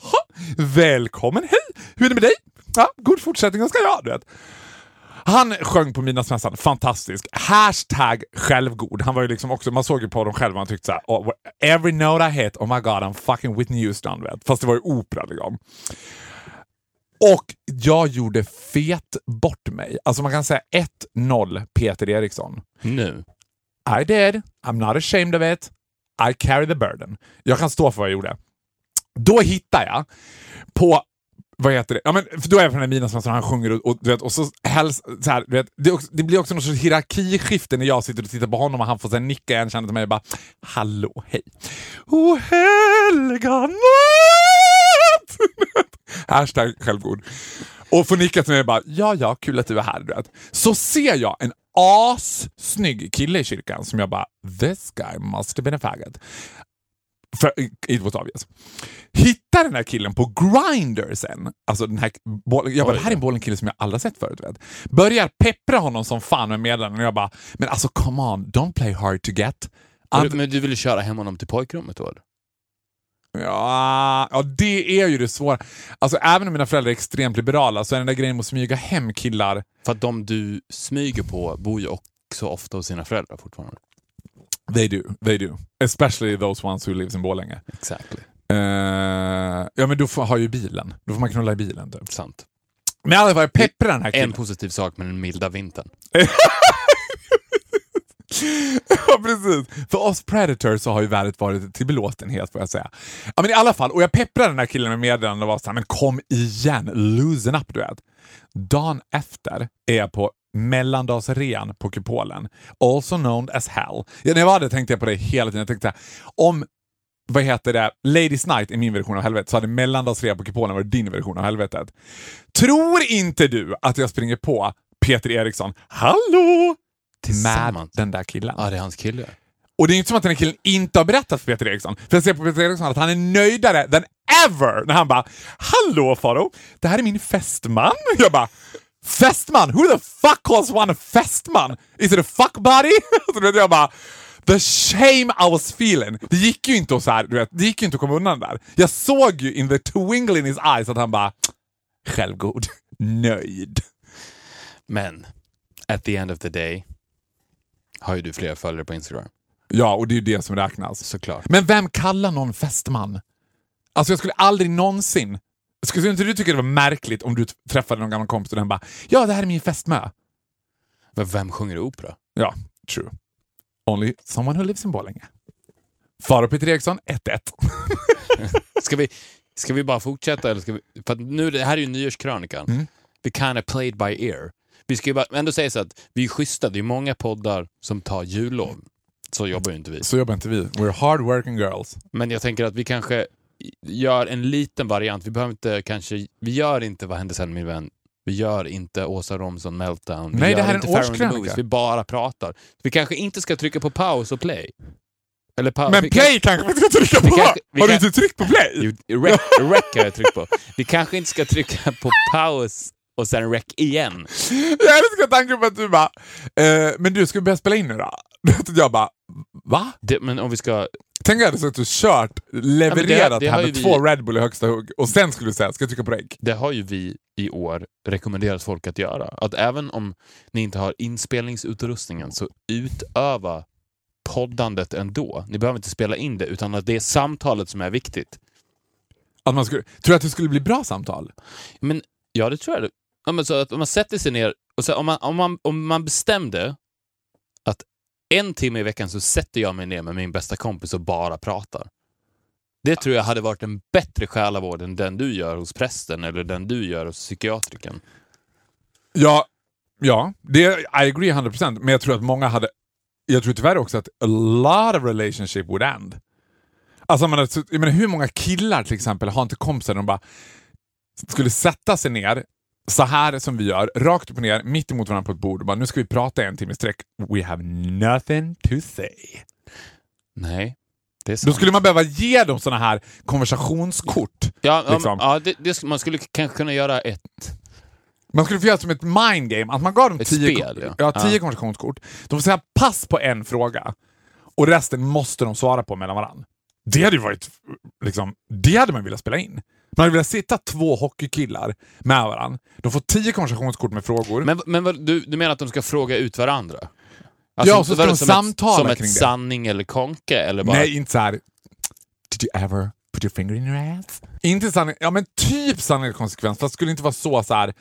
Speaker 1: välkommen, hej, hur är det med dig? Ja, god fortsättning önskar jag, du vet. Han sjöng på Midnattsmässan, fantastisk. Hashtag självgod. Han var ju liksom också, man såg ju på honom själv, han tyckte såhär, oh, every note I hit, oh my god, I'm fucking Whitney Houston. Vet. Fast det var ju opera liksom. Och jag gjorde fet bort mig. Alltså man kan säga 1-0 Peter Eriksson.
Speaker 2: Nu.
Speaker 1: I did. I'm not ashamed of it. I carry the burden. Jag kan stå för vad jag gjorde. Då hittar jag på vad heter det? Ja, men, för då är jag på den här minen som som han sjunger och, och, du vet, och så, häls, så här, du vet, det, är också, det blir också någon sorts hierarkiskifte när jag sitter och tittar på honom och han får så här, nicka en känner till mig och bara Hallå, hej. O helga natt! <laughs> Hashtag självgod. Och får nicka till mig och bara ja, ja, kul att du är här. Du vet. Så ser jag en assnygg kille i kyrkan som jag bara this guy must have been a faggot. För, it was obvious. Hittar den här killen på Grindr sen. Alltså den här bollen, jag bara, det här är en bollen kille som jag aldrig sett förut. Vet. Börjar peppra honom som fan med meddelanden och jag bara, men alltså come on, don't play hard to get.
Speaker 2: Men du- Men du ville köra hem honom till pojkrummet då? eller?
Speaker 1: Ja, ja, det är ju det svåra. Alltså även om mina föräldrar är extremt liberala så är den där grejen med att smyga hem killar
Speaker 2: För att de du smyger på bor ju också ofta hos sina föräldrar fortfarande.
Speaker 1: They do, they do. Especially those ones who lives in Borlänge.
Speaker 2: Exactly.
Speaker 1: Eh, ja men då får, har ju bilen. Då får man knulla i bilen typ.
Speaker 2: Sant.
Speaker 1: Men i alla fall, peppra den här
Speaker 2: En
Speaker 1: killen.
Speaker 2: positiv sak med den milda vintern.
Speaker 1: <laughs> ja precis. För oss predators så har ju värdet varit till belåtenhet får jag säga. Ja men i alla fall, och jag pepprar den här killen med meddelanden och var såhär, men kom igen, loosen up du vet. Dagen efter är jag på mellandagsrean på Kupolen, also known as hell. Ja, när jag var där tänkte jag på det hela tiden. Jag tänkte så här, om vad heter det, Ladies Night är min version av helvetet, så hade mellandagsrea på Kupolen varit din version av helvetet. Tror inte du att jag springer på Peter Eriksson, hallå, med
Speaker 2: Tillsammans.
Speaker 1: den där killen?
Speaker 2: Ja, det är hans kille.
Speaker 1: Och det är inte som att den här killen inte har berättat för Peter Eriksson. För jag ser på Peter Eriksson att han är nöjdare than ever när han bara “Hallå Faro, det här är min fästman”. Jag bara “Fästman? Who the fuck calls one a fästman? Is it a fuck buddy?” <laughs> Så du vet, jag bara “The shame I was feeling”. Det gick ju inte att, så här, du vet, det gick ju inte att komma undan där. Jag såg ju in the twinkle in his eyes att han bara “Självgod, nöjd”.
Speaker 2: Men, at the end of the day har ju du flera följare på Instagram.
Speaker 1: Ja, och det är ju det som räknas.
Speaker 2: Såklart.
Speaker 1: Men vem kallar någon fästman? Alltså jag skulle aldrig någonsin... Skulle inte du tycka det var märkligt om du t- träffade någon gammal kompis och den bara “Ja, det här är min fästmö”?
Speaker 2: Men vem sjunger opera?
Speaker 1: Ja, true. Only someone who lives in Borlänge. Faro Peter Eriksson, 1-1.
Speaker 2: Ska vi, ska vi bara fortsätta? Eller ska vi, för att nu, det här är ju nyårskrönikan. Vi kind of played by ear. Vi ska ju bara, ändå säga så att vi är schyssta. Det är många poddar som tar jullov. Så jobbar ju inte vi.
Speaker 1: Så jobbar inte vi. We're hard working girls.
Speaker 2: Men jag tänker att vi kanske gör en liten variant. Vi behöver inte kanske... Vi gör inte Vad hände sen min vän? Vi gör inte Åsa Romson Meltdown. Vi
Speaker 1: Nej,
Speaker 2: gör
Speaker 1: det här är
Speaker 2: inte
Speaker 1: en
Speaker 2: Farrow and the
Speaker 1: årskrönika.
Speaker 2: Movies. Vi bara pratar. Vi kanske inte ska trycka på paus och play. Eller paus.
Speaker 1: Men
Speaker 2: vi
Speaker 1: play kanske vi ska trycka
Speaker 2: vi
Speaker 1: på!
Speaker 2: kanske- vi
Speaker 1: Har du
Speaker 2: kan-
Speaker 1: inte tryckt på play?
Speaker 2: Kanske, jo, rec, rec har jag tryckt på. Vi kanske inte ska trycka på paus och sen rec igen.
Speaker 1: Jag älskar tanken på att du bara eh, “Men du, ska vi börja spela in nu då?” <laughs> Jag bara “Va?”
Speaker 2: Det, men om vi ska...
Speaker 1: Tänk att du suttit och kört, levererat
Speaker 2: Ja, men det-
Speaker 1: det,
Speaker 2: det har
Speaker 1: här
Speaker 2: ju
Speaker 1: med
Speaker 2: vi-
Speaker 1: två Red Bull i högsta hugg och sen skulle du säga “Ska jag trycka på reg?”
Speaker 2: Det har ju vi i år rekommenderat folk att göra. Att även om ni inte har inspelningsutrustningen så utöva poddandet ändå. Ni behöver inte spela in det utan att det är samtalet som är viktigt.
Speaker 1: Att man skulle, tror du att det skulle bli bra samtal?
Speaker 2: Men ja, det tror jag. det- Ja, men så att om man sätter sig ner och så, om, man, om, man, om man bestämde att en timme i veckan så sätter jag mig ner med min bästa kompis och bara pratar. Det tror jag hade varit en bättre själavård än den du gör hos prästen eller den du gör hos psykiatriken.
Speaker 1: Ja, ja det, I agree 100% men jag tror att många hade... Jag tror tyvärr också att a lot of relationship would end. Alltså jag menar, så- jag menar, hur många killar till exempel har inte kompisar där de bara skulle sätta sig ner så här som vi gör, rakt upp och ner, mitt emot varandra på ett bord och bara nu ska vi prata en timme i sträck. We have nothing to say.
Speaker 2: Nej, det är sant.
Speaker 1: Då skulle man behöva ge dem såna här konversationskort.
Speaker 2: Ja, ja,
Speaker 1: liksom.
Speaker 2: ja det, det, sk- man skulle kanske kunna göra ett...
Speaker 1: Man skulle få göra som ett mind game, att man gav dem
Speaker 2: Ett
Speaker 1: tio,
Speaker 2: spel,
Speaker 1: ko-
Speaker 2: ja.
Speaker 1: ja, tio
Speaker 2: Ja.
Speaker 1: konversationskort. De får säga pass på en fråga och resten måste de svara på mellan varandra. Det hade ju varit, liksom, det hade man velat spela in. Man hade velat sitta två hockeykillar med varandra. De får tio konversationskort med frågor.
Speaker 2: Men, men vad- du, du menar att de ska fråga ut varandra?
Speaker 1: Ja, och så ska
Speaker 2: vadå,
Speaker 1: de
Speaker 2: som
Speaker 1: samtala
Speaker 2: ett, Som
Speaker 1: kring
Speaker 2: ett
Speaker 1: det.
Speaker 2: sanning eller konke eller bara...
Speaker 1: Nej, inte så här. Did you ever put your finger in your ass? Inte sanning, ja men typ sanning och konsekvens, fast det skulle inte vara så så här.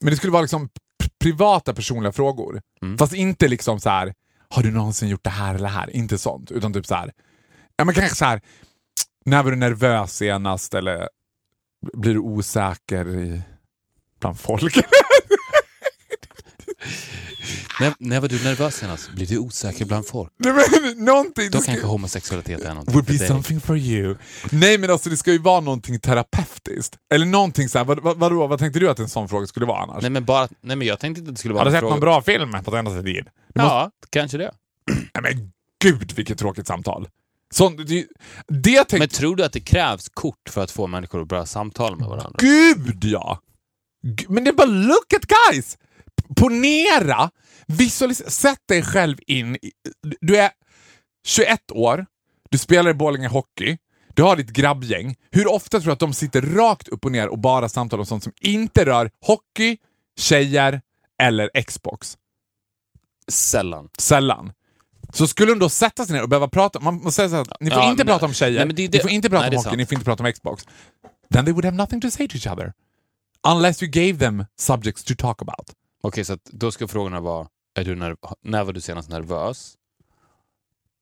Speaker 1: Men det skulle vara liksom p- privata personliga frågor.
Speaker 2: Mm.
Speaker 1: Fast inte liksom så här. har du någonsin gjort det här eller här? Inte sånt, utan typ så här. ja men kanske så här. när var du nervös senast eller blir du osäker i, bland folk. <laughs>
Speaker 2: När, när var du nervös senast? Blir du osäker bland folk?
Speaker 1: Nej, men, någonting.
Speaker 2: Då
Speaker 1: det ska-
Speaker 2: kanske homosexualitet är någonting
Speaker 1: Would
Speaker 2: för
Speaker 1: be
Speaker 2: dig.
Speaker 1: something for you. Nej men alltså det ska ju vara någonting terapeutiskt. Eller någonting såhär, vad, vad, vadå, vad tänkte du att en sån fråga skulle vara annars?
Speaker 2: Nej men, bara, nej men jag tänkte inte att det skulle
Speaker 1: Har
Speaker 2: vara
Speaker 1: du
Speaker 2: en
Speaker 1: sett någon
Speaker 2: fråga.
Speaker 1: bra film på senaste tiden? Du måste-
Speaker 2: Ja, kanske det.
Speaker 1: Nej men gud vilket tråkigt samtal. Sånt, det, det tänkte
Speaker 2: Men tror du att det krävs kort för att få människor att börja samtala med varandra?
Speaker 1: Gud ja! Gu- Men det är bara look at guys! P- Ponera! Visualis- Sätt dig själv in i, Du är 21 år, du spelar i Borlänge Hockey, du har ditt grabbgäng. Hur ofta tror du att de sitter rakt upp och ner och bara samtalar om sånt som inte rör hockey, tjejer eller Xbox?
Speaker 2: Sällan.
Speaker 1: Sällan. Så skulle de då sätta sig ner och behöva prata, man man säger så här, ni får
Speaker 2: Ja,
Speaker 1: inte
Speaker 2: men-
Speaker 1: prata om tjejer,
Speaker 2: nej, men det är det-
Speaker 1: ni får inte prata
Speaker 2: nej, det
Speaker 1: om
Speaker 2: är
Speaker 1: hockey,
Speaker 2: sant.
Speaker 1: ni får inte prata om Xbox. Then they would have nothing to say to each other. Unless you gave them subjects to talk about.
Speaker 2: Okej, så att då ska frågorna vara, är du nerv- när var du senast nervös?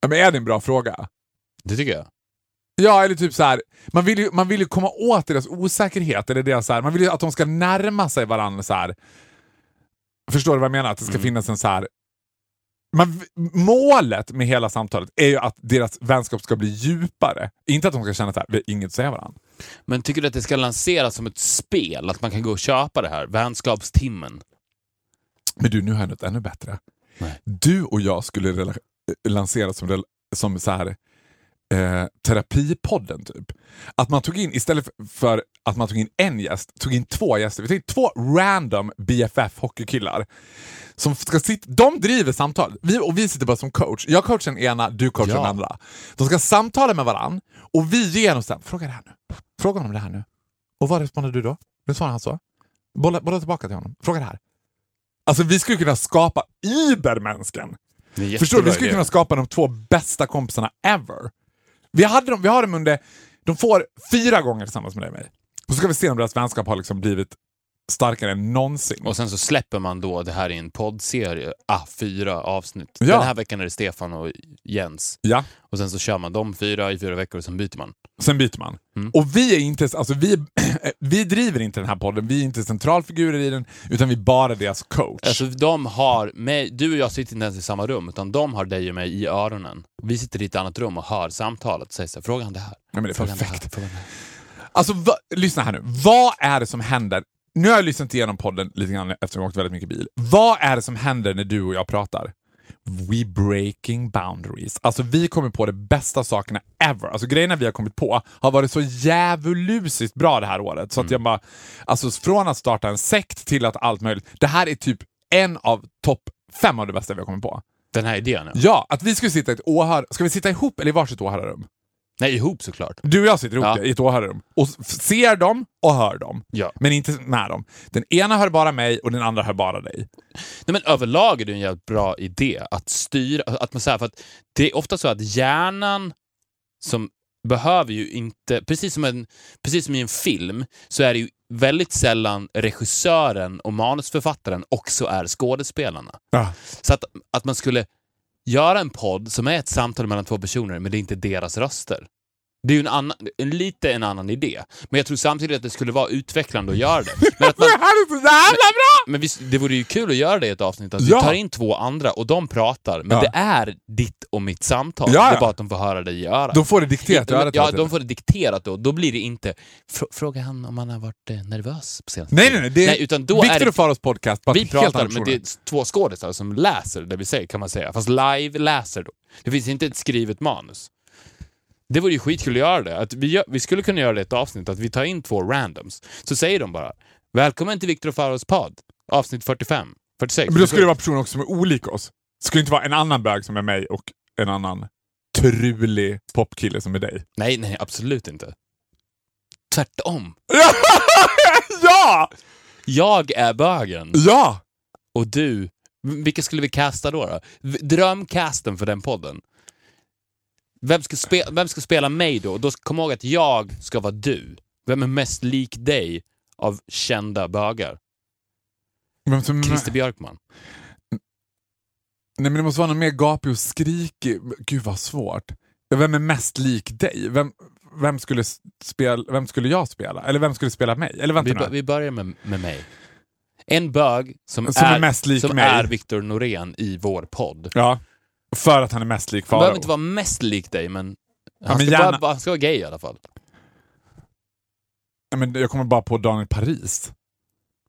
Speaker 1: Ja, Men är det en bra fråga?
Speaker 2: Det tycker jag.
Speaker 1: Ja, eller typ så här, man vill ju, man vill ju komma åt deras osäkerhet, eller deras så här, man vill ju att de ska närma sig varandra så här. Förstår du vad jag menar? Att det ska finnas en så här... Man, målet med hela samtalet är ju att deras vänskap ska bli djupare. Inte att de ska känna så här, vi har inget att säga varandra.
Speaker 2: Men tycker du att det ska lanseras som ett spel? Att man kan gå och köpa det här? Vänskapstimmen?
Speaker 1: Men du, nu har jag något ännu bättre.
Speaker 2: Nej.
Speaker 1: Du och jag skulle rela- lansera som, rel- som så här, eh, terapipodden, typ. Att man tog in, istället för- för att man tog in en gäst, tog in två gäster. Vi tog in två random BFF-hockeykillar. Som ska sitta, de driver samtal vi, och vi sitter bara som coach. Jag coachar den ena, du coachar
Speaker 2: Ja.
Speaker 1: den andra. De ska samtala med varann och vi ger dem sen, fråga det här nu. Fråga honom det här nu. Och vad responderar du då? Nu svarar han så. Bolla, bolla tillbaka till honom. Fråga det här. Alltså vi skulle kunna skapa Ibermänsken.
Speaker 2: Det är en
Speaker 1: Förstår du? Vi
Speaker 2: jättebra
Speaker 1: skulle
Speaker 2: idé.
Speaker 1: kunna skapa de två bästa kompisarna ever. Vi, hade dem, vi har dem under... De får fyra gånger tillsammans med dig och mig. Och så ska vi se om deras vänskap har liksom blivit starkare än någonsin.
Speaker 2: Och sen så släpper man då det här i en poddserie, ah, fyra avsnitt.
Speaker 1: Ja.
Speaker 2: Den här veckan är det Stefan och Jens.
Speaker 1: Ja,
Speaker 2: Och sen så kör man de fyra i fyra veckor och sen byter man.
Speaker 1: sen byter man.
Speaker 2: Mm.
Speaker 1: Och vi är inte... Alltså vi, <clears throat> vi driver inte den här podden, vi är inte centralfigurer i den, utan vi är bara deras coach.
Speaker 2: Alltså de har mig, du och jag sitter inte ens i samma rum, utan de har dig och mig i öronen. Vi sitter i ett annat rum och hör samtalet. Säger så här, fråga han det här.
Speaker 1: men det är
Speaker 2: Fråga han
Speaker 1: perfekt.
Speaker 2: här. Fråga han det här.
Speaker 1: Alltså, va, lyssna här nu. Vad är det som händer? Nu har jag lyssnat igenom podden lite grann eftersom jag har åkt väldigt mycket bil. Vad är det som händer när du och jag pratar? We breaking boundaries. Alltså vi kommer på de bästa sakerna ever. Alltså grejerna vi har kommit på har varit så djävulusiskt bra det här året. Så att jag bara, alltså från att starta en sekt till att allt möjligt. Det här är typ en av topp fem av det bästa vi har kommit på.
Speaker 2: Den här idén ja.
Speaker 1: Ja, att vi skulle sitta i ett åhör... Ska vi sitta ihop eller i varsitt åhörarrum?
Speaker 2: Nej, ihop såklart.
Speaker 1: Du och jag sitter ihop
Speaker 2: Ja.
Speaker 1: där i ett åhörarrum och f- ser dem och hör dem.
Speaker 2: Ja.
Speaker 1: Men inte med dem. Den ena hör bara mig och den andra hör bara dig.
Speaker 2: Nej, men överlag är det en jävligt bra idé att styra, att man säger för att det är ofta så att hjärnan som behöver ju inte, precis som, en, precis som i en film, så är det ju väldigt sällan regissören och manusförfattaren också är skådespelarna.
Speaker 1: Ja.
Speaker 2: Så att, att man skulle göra en podd som är ett samtal mellan två personer, men det är inte deras röster. Det är ju en, annan, en lite en annan idé, men jag tror samtidigt att det skulle vara utvecklande att göra det. Men att man,
Speaker 1: Det här är så jävla bra!
Speaker 2: men visst, det vore ju kul att göra det i ett avsnitt, att
Speaker 1: Ja.
Speaker 2: vi tar in två andra och de pratar, men
Speaker 1: Ja.
Speaker 2: det är ditt och mitt samtal.
Speaker 1: Ja,
Speaker 2: Det
Speaker 1: ja.
Speaker 2: är bara att de får höra dig i örat.
Speaker 1: De får det dikterat i örat hela
Speaker 2: Ja,
Speaker 1: tiden.
Speaker 2: de får det dikterat då. Då blir det inte, fr- fråga han om han har varit eh, nervös på senaste
Speaker 1: Nej, nej,
Speaker 2: tiden."
Speaker 1: nej. Det är
Speaker 2: nej utan då är
Speaker 1: Viktor
Speaker 2: det,
Speaker 1: och Faros podcast. bara
Speaker 2: vi
Speaker 1: helt andra
Speaker 2: pratar, men det
Speaker 1: personer.
Speaker 2: är två skådisar som läser det vi säger, kan man säga. Fast live läser då. Det finns inte ett skrivet manus. Det vore ju skitkul att göra det. Att vi, gör, vi skulle kunna göra det i ett avsnitt, att vi tar in två randoms. Så säger de bara, välkommen till Viktor och Faros podd, avsnitt 45, 46.
Speaker 1: Men då skulle det vara personer också som är olika oss. Det skulle inte vara en annan bög som är mig och en annan trulig popkille som är dig.
Speaker 2: Nej, nej, absolut inte. Tvärtom.
Speaker 1: ja!
Speaker 2: Jag är bögen
Speaker 1: Ja!
Speaker 2: och du, v- vilka skulle vi casta då? då? V- Drömcasten för den podden. Vem ska, spe, vem ska spela mig då? Då ska- kom ihåg att jag ska vara du. Vem är mest lik dig av kända bögar?
Speaker 1: Mm. Men, som,
Speaker 2: Christer Björkman.
Speaker 1: nej, men det måste vara någon mer gapig och skrikig. Gud vad svårt. Ja, Vem är mest lik dig? Vem, vem skulle, spela, vem skulle jag spela? Eller vem skulle spela mig? Eller vänta
Speaker 2: Vi,
Speaker 1: nu.
Speaker 2: bör- vi börjar med, med mig. En bög som,
Speaker 1: Som är
Speaker 2: är,
Speaker 1: mest lik
Speaker 2: som
Speaker 1: mig.
Speaker 2: är Victor Norén i vår podd.
Speaker 1: Ja. För att han är mest lik
Speaker 2: Han
Speaker 1: Farao.
Speaker 2: behöver inte vara mest lik dig, men han,
Speaker 1: men
Speaker 2: ska,
Speaker 1: gärna.
Speaker 2: bara, bara- han ska vara gay i alla fall.
Speaker 1: Nej, men Jag kommer bara på Daniel Paris.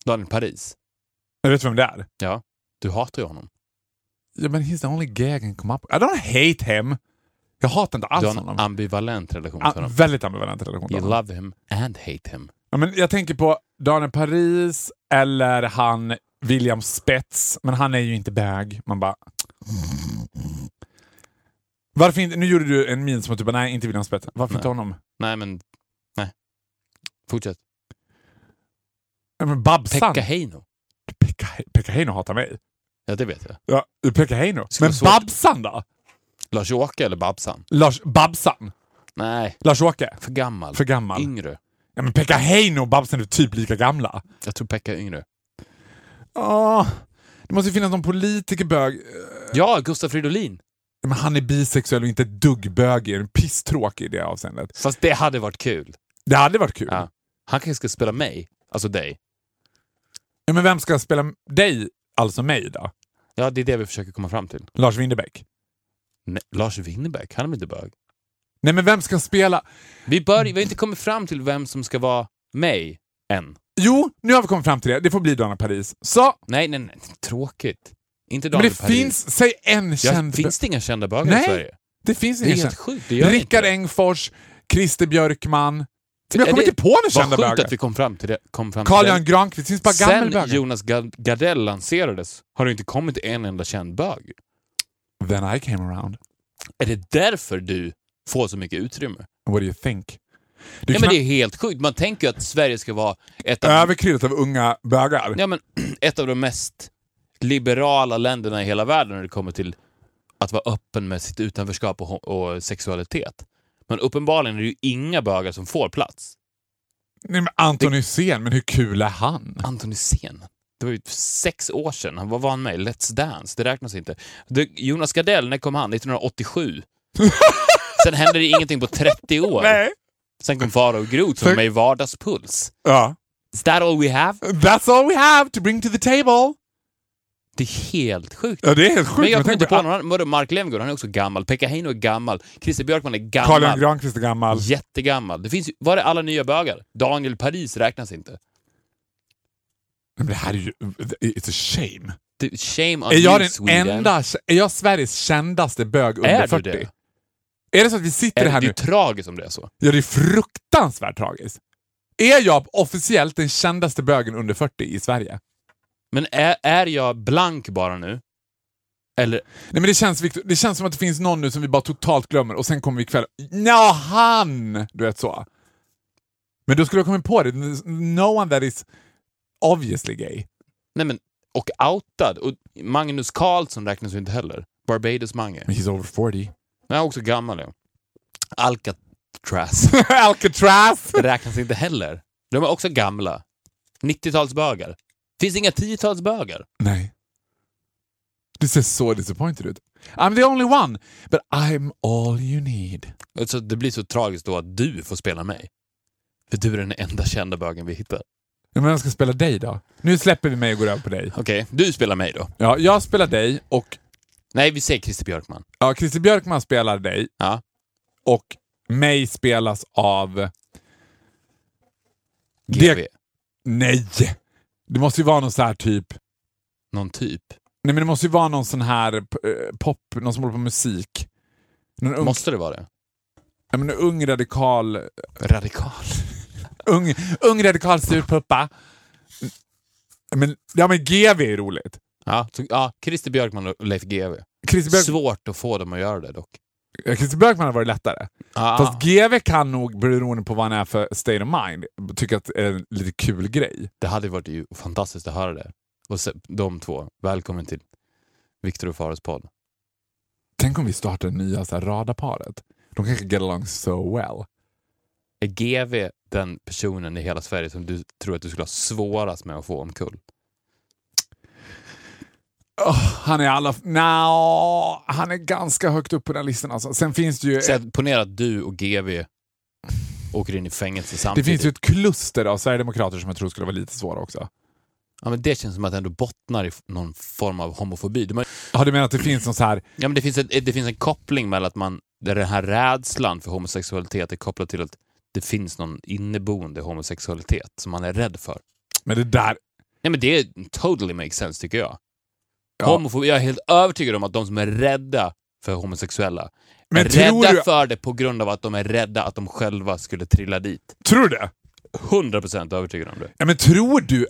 Speaker 2: Daniel Paris.
Speaker 1: Jag vet vem det är.
Speaker 2: Ja. Du hatar ju honom.
Speaker 1: Ja, men he's the only gay I can come up I don't hate him. Jag hatar inte alls
Speaker 2: Du har en
Speaker 1: Alltså honom.
Speaker 2: ambivalent relation
Speaker 1: Ah,
Speaker 2: till honom.
Speaker 1: väldigt ambivalent relation till
Speaker 2: You
Speaker 1: honom.
Speaker 2: love him and hate him.
Speaker 1: Ja, men jag tänker på Daniel Paris eller han William Spets, men han är ju inte bög. Man bara... Varför inte, nu gjorde du en min som att du bara, nej, inte William Spets. Varför
Speaker 2: Nej.
Speaker 1: inte honom?
Speaker 2: Nej, men... Nej. Fortsätt.
Speaker 1: Ja, men Babsan.
Speaker 2: Pekka Heino.
Speaker 1: Pekka, Pekka Heino hatar mig.
Speaker 2: Ja, det vet jag.
Speaker 1: Ja, Pekka Heino.
Speaker 2: Skulle
Speaker 1: Men
Speaker 2: svårt.
Speaker 1: Babsan då?
Speaker 2: Lars-Åke eller Babsan?
Speaker 1: Lars, Babsan?
Speaker 2: Nej,
Speaker 1: Lars-Åke?
Speaker 2: för gammal.
Speaker 1: För gammal?
Speaker 2: Yngre.
Speaker 1: Ja, men Pekka Heino och Babsen är typ lika gamla.
Speaker 2: Jag tror Pekka är yngre.
Speaker 1: Ja, det måste ju finnas någon politikerbög. Eh,
Speaker 2: Ja, Gustaf Fridolin!
Speaker 1: Men han är bisexuell och inte ett dugg bögig. En pisstråkig i det avseendet.
Speaker 2: Fast det hade varit kul.
Speaker 1: Det hade varit kul. Ja.
Speaker 2: Ja. Han kanske ska spela mig, alltså dig.
Speaker 1: men vem ska spela dig, alltså mig då?
Speaker 2: Ja, det är det vi försöker komma fram till.
Speaker 1: Lars Winnerbäck?
Speaker 2: Nej, Lars Winnerbäck, han är väl inte bög?
Speaker 1: Nej, men vem ska spela...
Speaker 2: Vi, bör, vi har inte kommit fram till vem som ska vara mig än.
Speaker 1: Jo, nu har vi kommit fram till det. Det får bli Donna Paris. Så,
Speaker 2: Nej, nej, nej. Tråkigt. Inte
Speaker 1: men
Speaker 2: Daniel
Speaker 1: det
Speaker 2: Paris.
Speaker 1: finns... Säg en
Speaker 2: Ja,
Speaker 1: känd...
Speaker 2: finns det inga kända bögar
Speaker 1: Nej,
Speaker 2: i Sverige?
Speaker 1: det finns
Speaker 2: Det är
Speaker 1: ingen
Speaker 2: helt
Speaker 1: känd.
Speaker 2: sjukt. Det gör
Speaker 1: Rickard
Speaker 2: inte det.
Speaker 1: Engfors, Christer Björkman. Men jag
Speaker 2: Är
Speaker 1: kommer
Speaker 2: det-
Speaker 1: inte på några kända
Speaker 2: Vad sjukt
Speaker 1: bögar.
Speaker 2: att vi kom fram till det. Kom fram till
Speaker 1: Carl-Jan
Speaker 2: det.
Speaker 1: Granqvist. Det finns bara
Speaker 2: Sen
Speaker 1: gammelbögar.
Speaker 2: Jonas Gard- Gardell lanserades har det inte kommit en enda känd bög.
Speaker 1: Then I came around.
Speaker 2: Är det därför du får så mycket utrymme?
Speaker 1: What do you think? Du
Speaker 2: Ja, men
Speaker 1: knä-
Speaker 2: det är helt sjukt. Man tänker ju att Sverige ska vara ett av,
Speaker 1: Överkryddat av unga bögar.
Speaker 2: ja, men, <clears throat> ett av de mest liberala länderna i hela världen när det kommer till att vara öppen med sitt utanförskap och, ho- och sexualitet. Men uppenbarligen är det ju inga bögar som får plats.
Speaker 1: Nej, men Anton Hysén, men hur kul är han?
Speaker 2: Anton Hysén. Det var ju sex år sedan. Han, vad var han med i? Let's Dance? Det räknas inte. Det, Jonas Gardell, när kom
Speaker 1: <laughs>
Speaker 2: han? 1987. Sen hände det ingenting på 30 år. Sen kom Farao Groth som
Speaker 1: För-
Speaker 2: var med i Vardagspuls.
Speaker 1: Ja.
Speaker 2: Is that all we have?
Speaker 1: That's all we have to bring to the table.
Speaker 2: Det är helt sjukt.
Speaker 1: Ja, det är helt sjukt.
Speaker 2: Men jag kommer
Speaker 1: tänker
Speaker 2: inte på någon annan. Vadå, Mark Levengood, han är också gammal. Pekka Heino är gammal. Christer Björkman är
Speaker 1: Carl-Jan
Speaker 2: gammal.
Speaker 1: Granqvist är gammal.
Speaker 2: Jättegammal. Det finns ju, var är alla nya bögar? Daniel Paris räknas inte.
Speaker 1: Men det här är ju... It's a shame.
Speaker 2: Det- Shame on
Speaker 1: Är
Speaker 2: you,
Speaker 1: jag, den
Speaker 2: Sweden.
Speaker 1: enda, är jag Sveriges kändaste bög under
Speaker 2: Är
Speaker 1: 40?
Speaker 2: du det?
Speaker 1: Är det så att vi sitter
Speaker 2: Är det,
Speaker 1: här
Speaker 2: det är ju
Speaker 1: nu?
Speaker 2: tragiskt om det är så.
Speaker 1: Ja, det är fruktansvärt tragiskt. Är jag officiellt den kändaste bögen under 40 i Sverige?
Speaker 2: Men är, är jag blank bara nu? Eller,
Speaker 1: Nej, men det, känns, Victor, det känns som att det finns någon nu som vi bara totalt glömmer och sen kommer vi ikväll. Ja, han! Du vet så. Men då skulle jag kommit på det. No one that is obviously gay.
Speaker 2: nej men, och outad. Och Magnus Carlsson räknas ju inte heller. Barbados-Mange.
Speaker 1: Men he's over 40.
Speaker 2: Han är också gammal nu. Alcatraz
Speaker 1: <laughs>
Speaker 2: <laughs>
Speaker 1: Alcatraz!
Speaker 2: räknas inte heller. De är också gamla. 90-talsbögar. Finns inga 10-talsbögar?
Speaker 1: Nej. Du ser så disappointed ut. I'm the only one, but I'm all you need.
Speaker 2: Alltså, det blir så tragiskt då att du får spela mig. För du är den enda kända bögen vi hittar.
Speaker 1: Men vem ska spela dig då? Nu släpper vi mig och går över på dig.
Speaker 2: Okej, du spelar mig då.
Speaker 1: Ja, jag spelar dig och
Speaker 2: Nej, vi säger Christer Björkman.
Speaker 1: ja, Christer Björkman spelar dig
Speaker 2: Ja.
Speaker 1: och mig spelas av...
Speaker 2: GV.
Speaker 1: Det- Nej! Det måste ju vara någon så här typ...
Speaker 2: Någon typ.
Speaker 1: Nej men det måste ju vara någon sån här eh, pop, någon som håller på med musik. Någon ung,
Speaker 2: Måste det vara det?
Speaker 1: ja, men en ung radikal...
Speaker 2: Radikal.
Speaker 1: Ung, ung radikal surpuppa. Men, ja men GV är roligt.
Speaker 2: Ja, så, ja, Christer Björkman och Leif GW.
Speaker 1: Christer, Björk,
Speaker 2: Svårt att få dem att göra det dock.
Speaker 1: ja, Christer Björkman har varit lättare.
Speaker 2: Ah.
Speaker 1: Fast GV kan nog, beroende på vad han är för state of mind, tycka att det är en lite kul grej.
Speaker 2: det hade varit ju fantastiskt att höra det. Och se, de två, välkommen till Viktor och Fares podd.
Speaker 1: Tänk om vi startar nya så här, radarparet. De kanske get along so well.
Speaker 2: Är GV den personen i hela Sverige som du tror att du skulle ha svårast med att få omkull?
Speaker 1: Åh, han är alla... Nja, han är ganska högt upp på den listan. Alltså. Sen finns det ju...
Speaker 2: Så att ponera att du och GV åker in i fängelse
Speaker 1: Det
Speaker 2: samtidigt.
Speaker 1: finns ju ett kluster av sverigedemokrater som jag tror skulle vara lite svåra också.
Speaker 2: ja, men det känns som att det ändå bottnar i f- någon form av homofobi. De har-
Speaker 1: Ja, du menar att det finns någon så här...
Speaker 2: Ja, men det, finns ett, det finns en koppling mellan att man, där den här rädslan för homosexualitet är kopplad till att det finns någon inneboende homosexualitet som man är rädd för.
Speaker 1: Men det där...
Speaker 2: Nej men det totally makes sense tycker jag.
Speaker 1: Ja.
Speaker 2: Homofobi, jag är helt övertygad om att de som är rädda för homosexuella
Speaker 1: Men
Speaker 2: är
Speaker 1: tror
Speaker 2: rädda
Speaker 1: du-
Speaker 2: för det på grund av att de är rädda att de själva skulle trilla dit.
Speaker 1: Tror du det?
Speaker 2: 100% övertygad om det.
Speaker 1: Ja, men tror du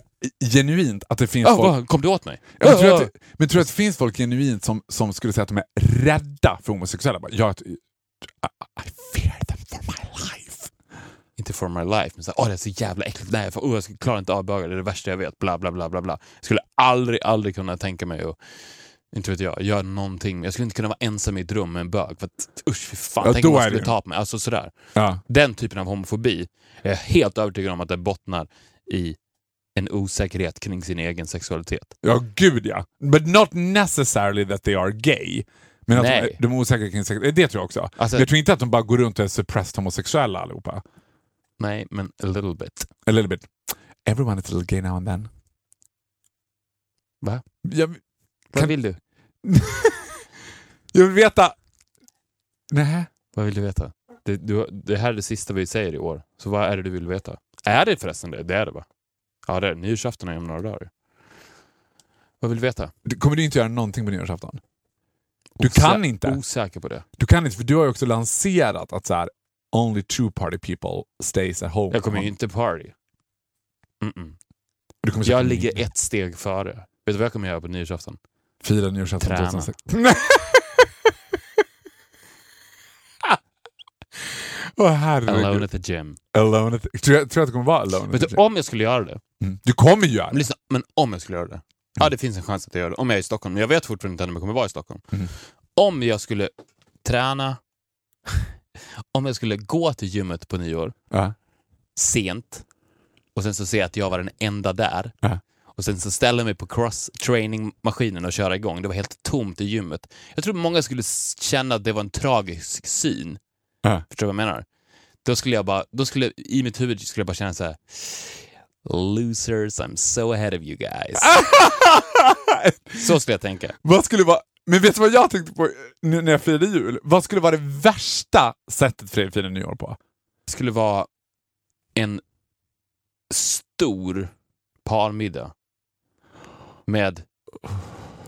Speaker 1: genuint att det finns
Speaker 2: Oh,
Speaker 1: folk...
Speaker 2: vad, kom du åt mig?
Speaker 1: Ja, men, tror
Speaker 2: Ah,
Speaker 1: du att, men tror du att det finns folk genuint som, som skulle säga att de är rädda för homosexuella? Bara, Jag, I, I fear them for my life.
Speaker 2: Inte for my life, men såhär, åh det är så jävla äckligt, nej jag, får, oh, jag ska- klarar inte av bögar, det är det värsta jag vet, bla bla bla bla bla. Jag skulle aldrig, aldrig kunna tänka mig att, inte vet jag, göra någonting. Jag skulle inte kunna vara ensam i ett rum med en bög, för att, usch fy fan,
Speaker 1: Ja,
Speaker 2: tänk
Speaker 1: då
Speaker 2: om man
Speaker 1: är
Speaker 2: skulle
Speaker 1: det-
Speaker 2: ta på mig. Alltså sådär.
Speaker 1: Ja.
Speaker 2: Den typen av homofobi är jag helt övertygad om att det bottnar i en osäkerhet kring sin egen sexualitet.
Speaker 1: ja, gud ja. But not necessarily that they are gay. Men att de,
Speaker 2: Nej.
Speaker 1: är- de är osäkra kring sex. Det tror jag också.
Speaker 2: Alltså-
Speaker 1: Men jag tror inte att de bara går runt och är suppressed homosexuella allihopa.
Speaker 2: Nej, men a little bit.
Speaker 1: A little bit. Everyone is a little gay now and then.
Speaker 2: Va?
Speaker 1: Jag,
Speaker 2: Vad
Speaker 1: Kan-
Speaker 2: vill du?
Speaker 1: jag vill veta... Nej.
Speaker 2: Vad vill du veta? Det, du, det här är det sista vi säger i år, så vad är det du vill veta? Är det förresten det? Det är det va? Ja, det är det. Nyårsafton är om några dagar. Vad vill du veta?
Speaker 1: Du- Kommer du inte göra någonting på nyårsafton? Du kan inte.
Speaker 2: Osäker på det.
Speaker 1: Du kan inte, för du har ju också lanserat att så här, only true party people stays at home.
Speaker 2: Jag kommer ju inte party. Mm-mm.
Speaker 1: Du kommer säkert
Speaker 2: Jag ligger ett steg före. Vet du vad jag kommer göra på nyårsafton?
Speaker 1: Fira nyårsafton
Speaker 2: Träna. <laughs>
Speaker 1: 2006. <laughs> Åh
Speaker 2: Alone
Speaker 1: herregud.
Speaker 2: at the gym.
Speaker 1: Alone at the... Tror jag, tror jag att det kommer vara alone at
Speaker 2: Vet
Speaker 1: the
Speaker 2: du,
Speaker 1: gym?
Speaker 2: om jag skulle göra det,
Speaker 1: Mm. Du kommer ju göra
Speaker 2: Men
Speaker 1: det.
Speaker 2: lyssna, men om jag skulle göra det. Ja, det finns en chans att jag gör det. Om jag är i Stockholm. Men Jag vet fortfarande inte om jag kommer vara i Stockholm.
Speaker 1: Mm.
Speaker 2: Om jag skulle träna, <laughs> om jag skulle gå till gymmet på nyår
Speaker 1: Ja.
Speaker 2: sent och sen så ser jag att jag var den enda där
Speaker 1: Ja.
Speaker 2: och sen så ställer jag mig på cross-training-maskinen och köra igång. Det var helt tomt i gymmet. Jag tror många skulle s- känna att det var en tragisk syn.
Speaker 1: Ja.
Speaker 2: Förstår du vad jag menar? Då skulle jag bara, då skulle, i mitt huvud skulle jag bara känna så här. Losers, I'm so ahead of
Speaker 1: <laughs>
Speaker 2: you guys. så skulle jag tänka.
Speaker 1: Vad skulle vara... Men vet du vad jag tänkte på nu när jag firade jul? Vad skulle vara det värsta sättet för dig att fira nyår på?
Speaker 2: Det skulle vara en stor parmiddag med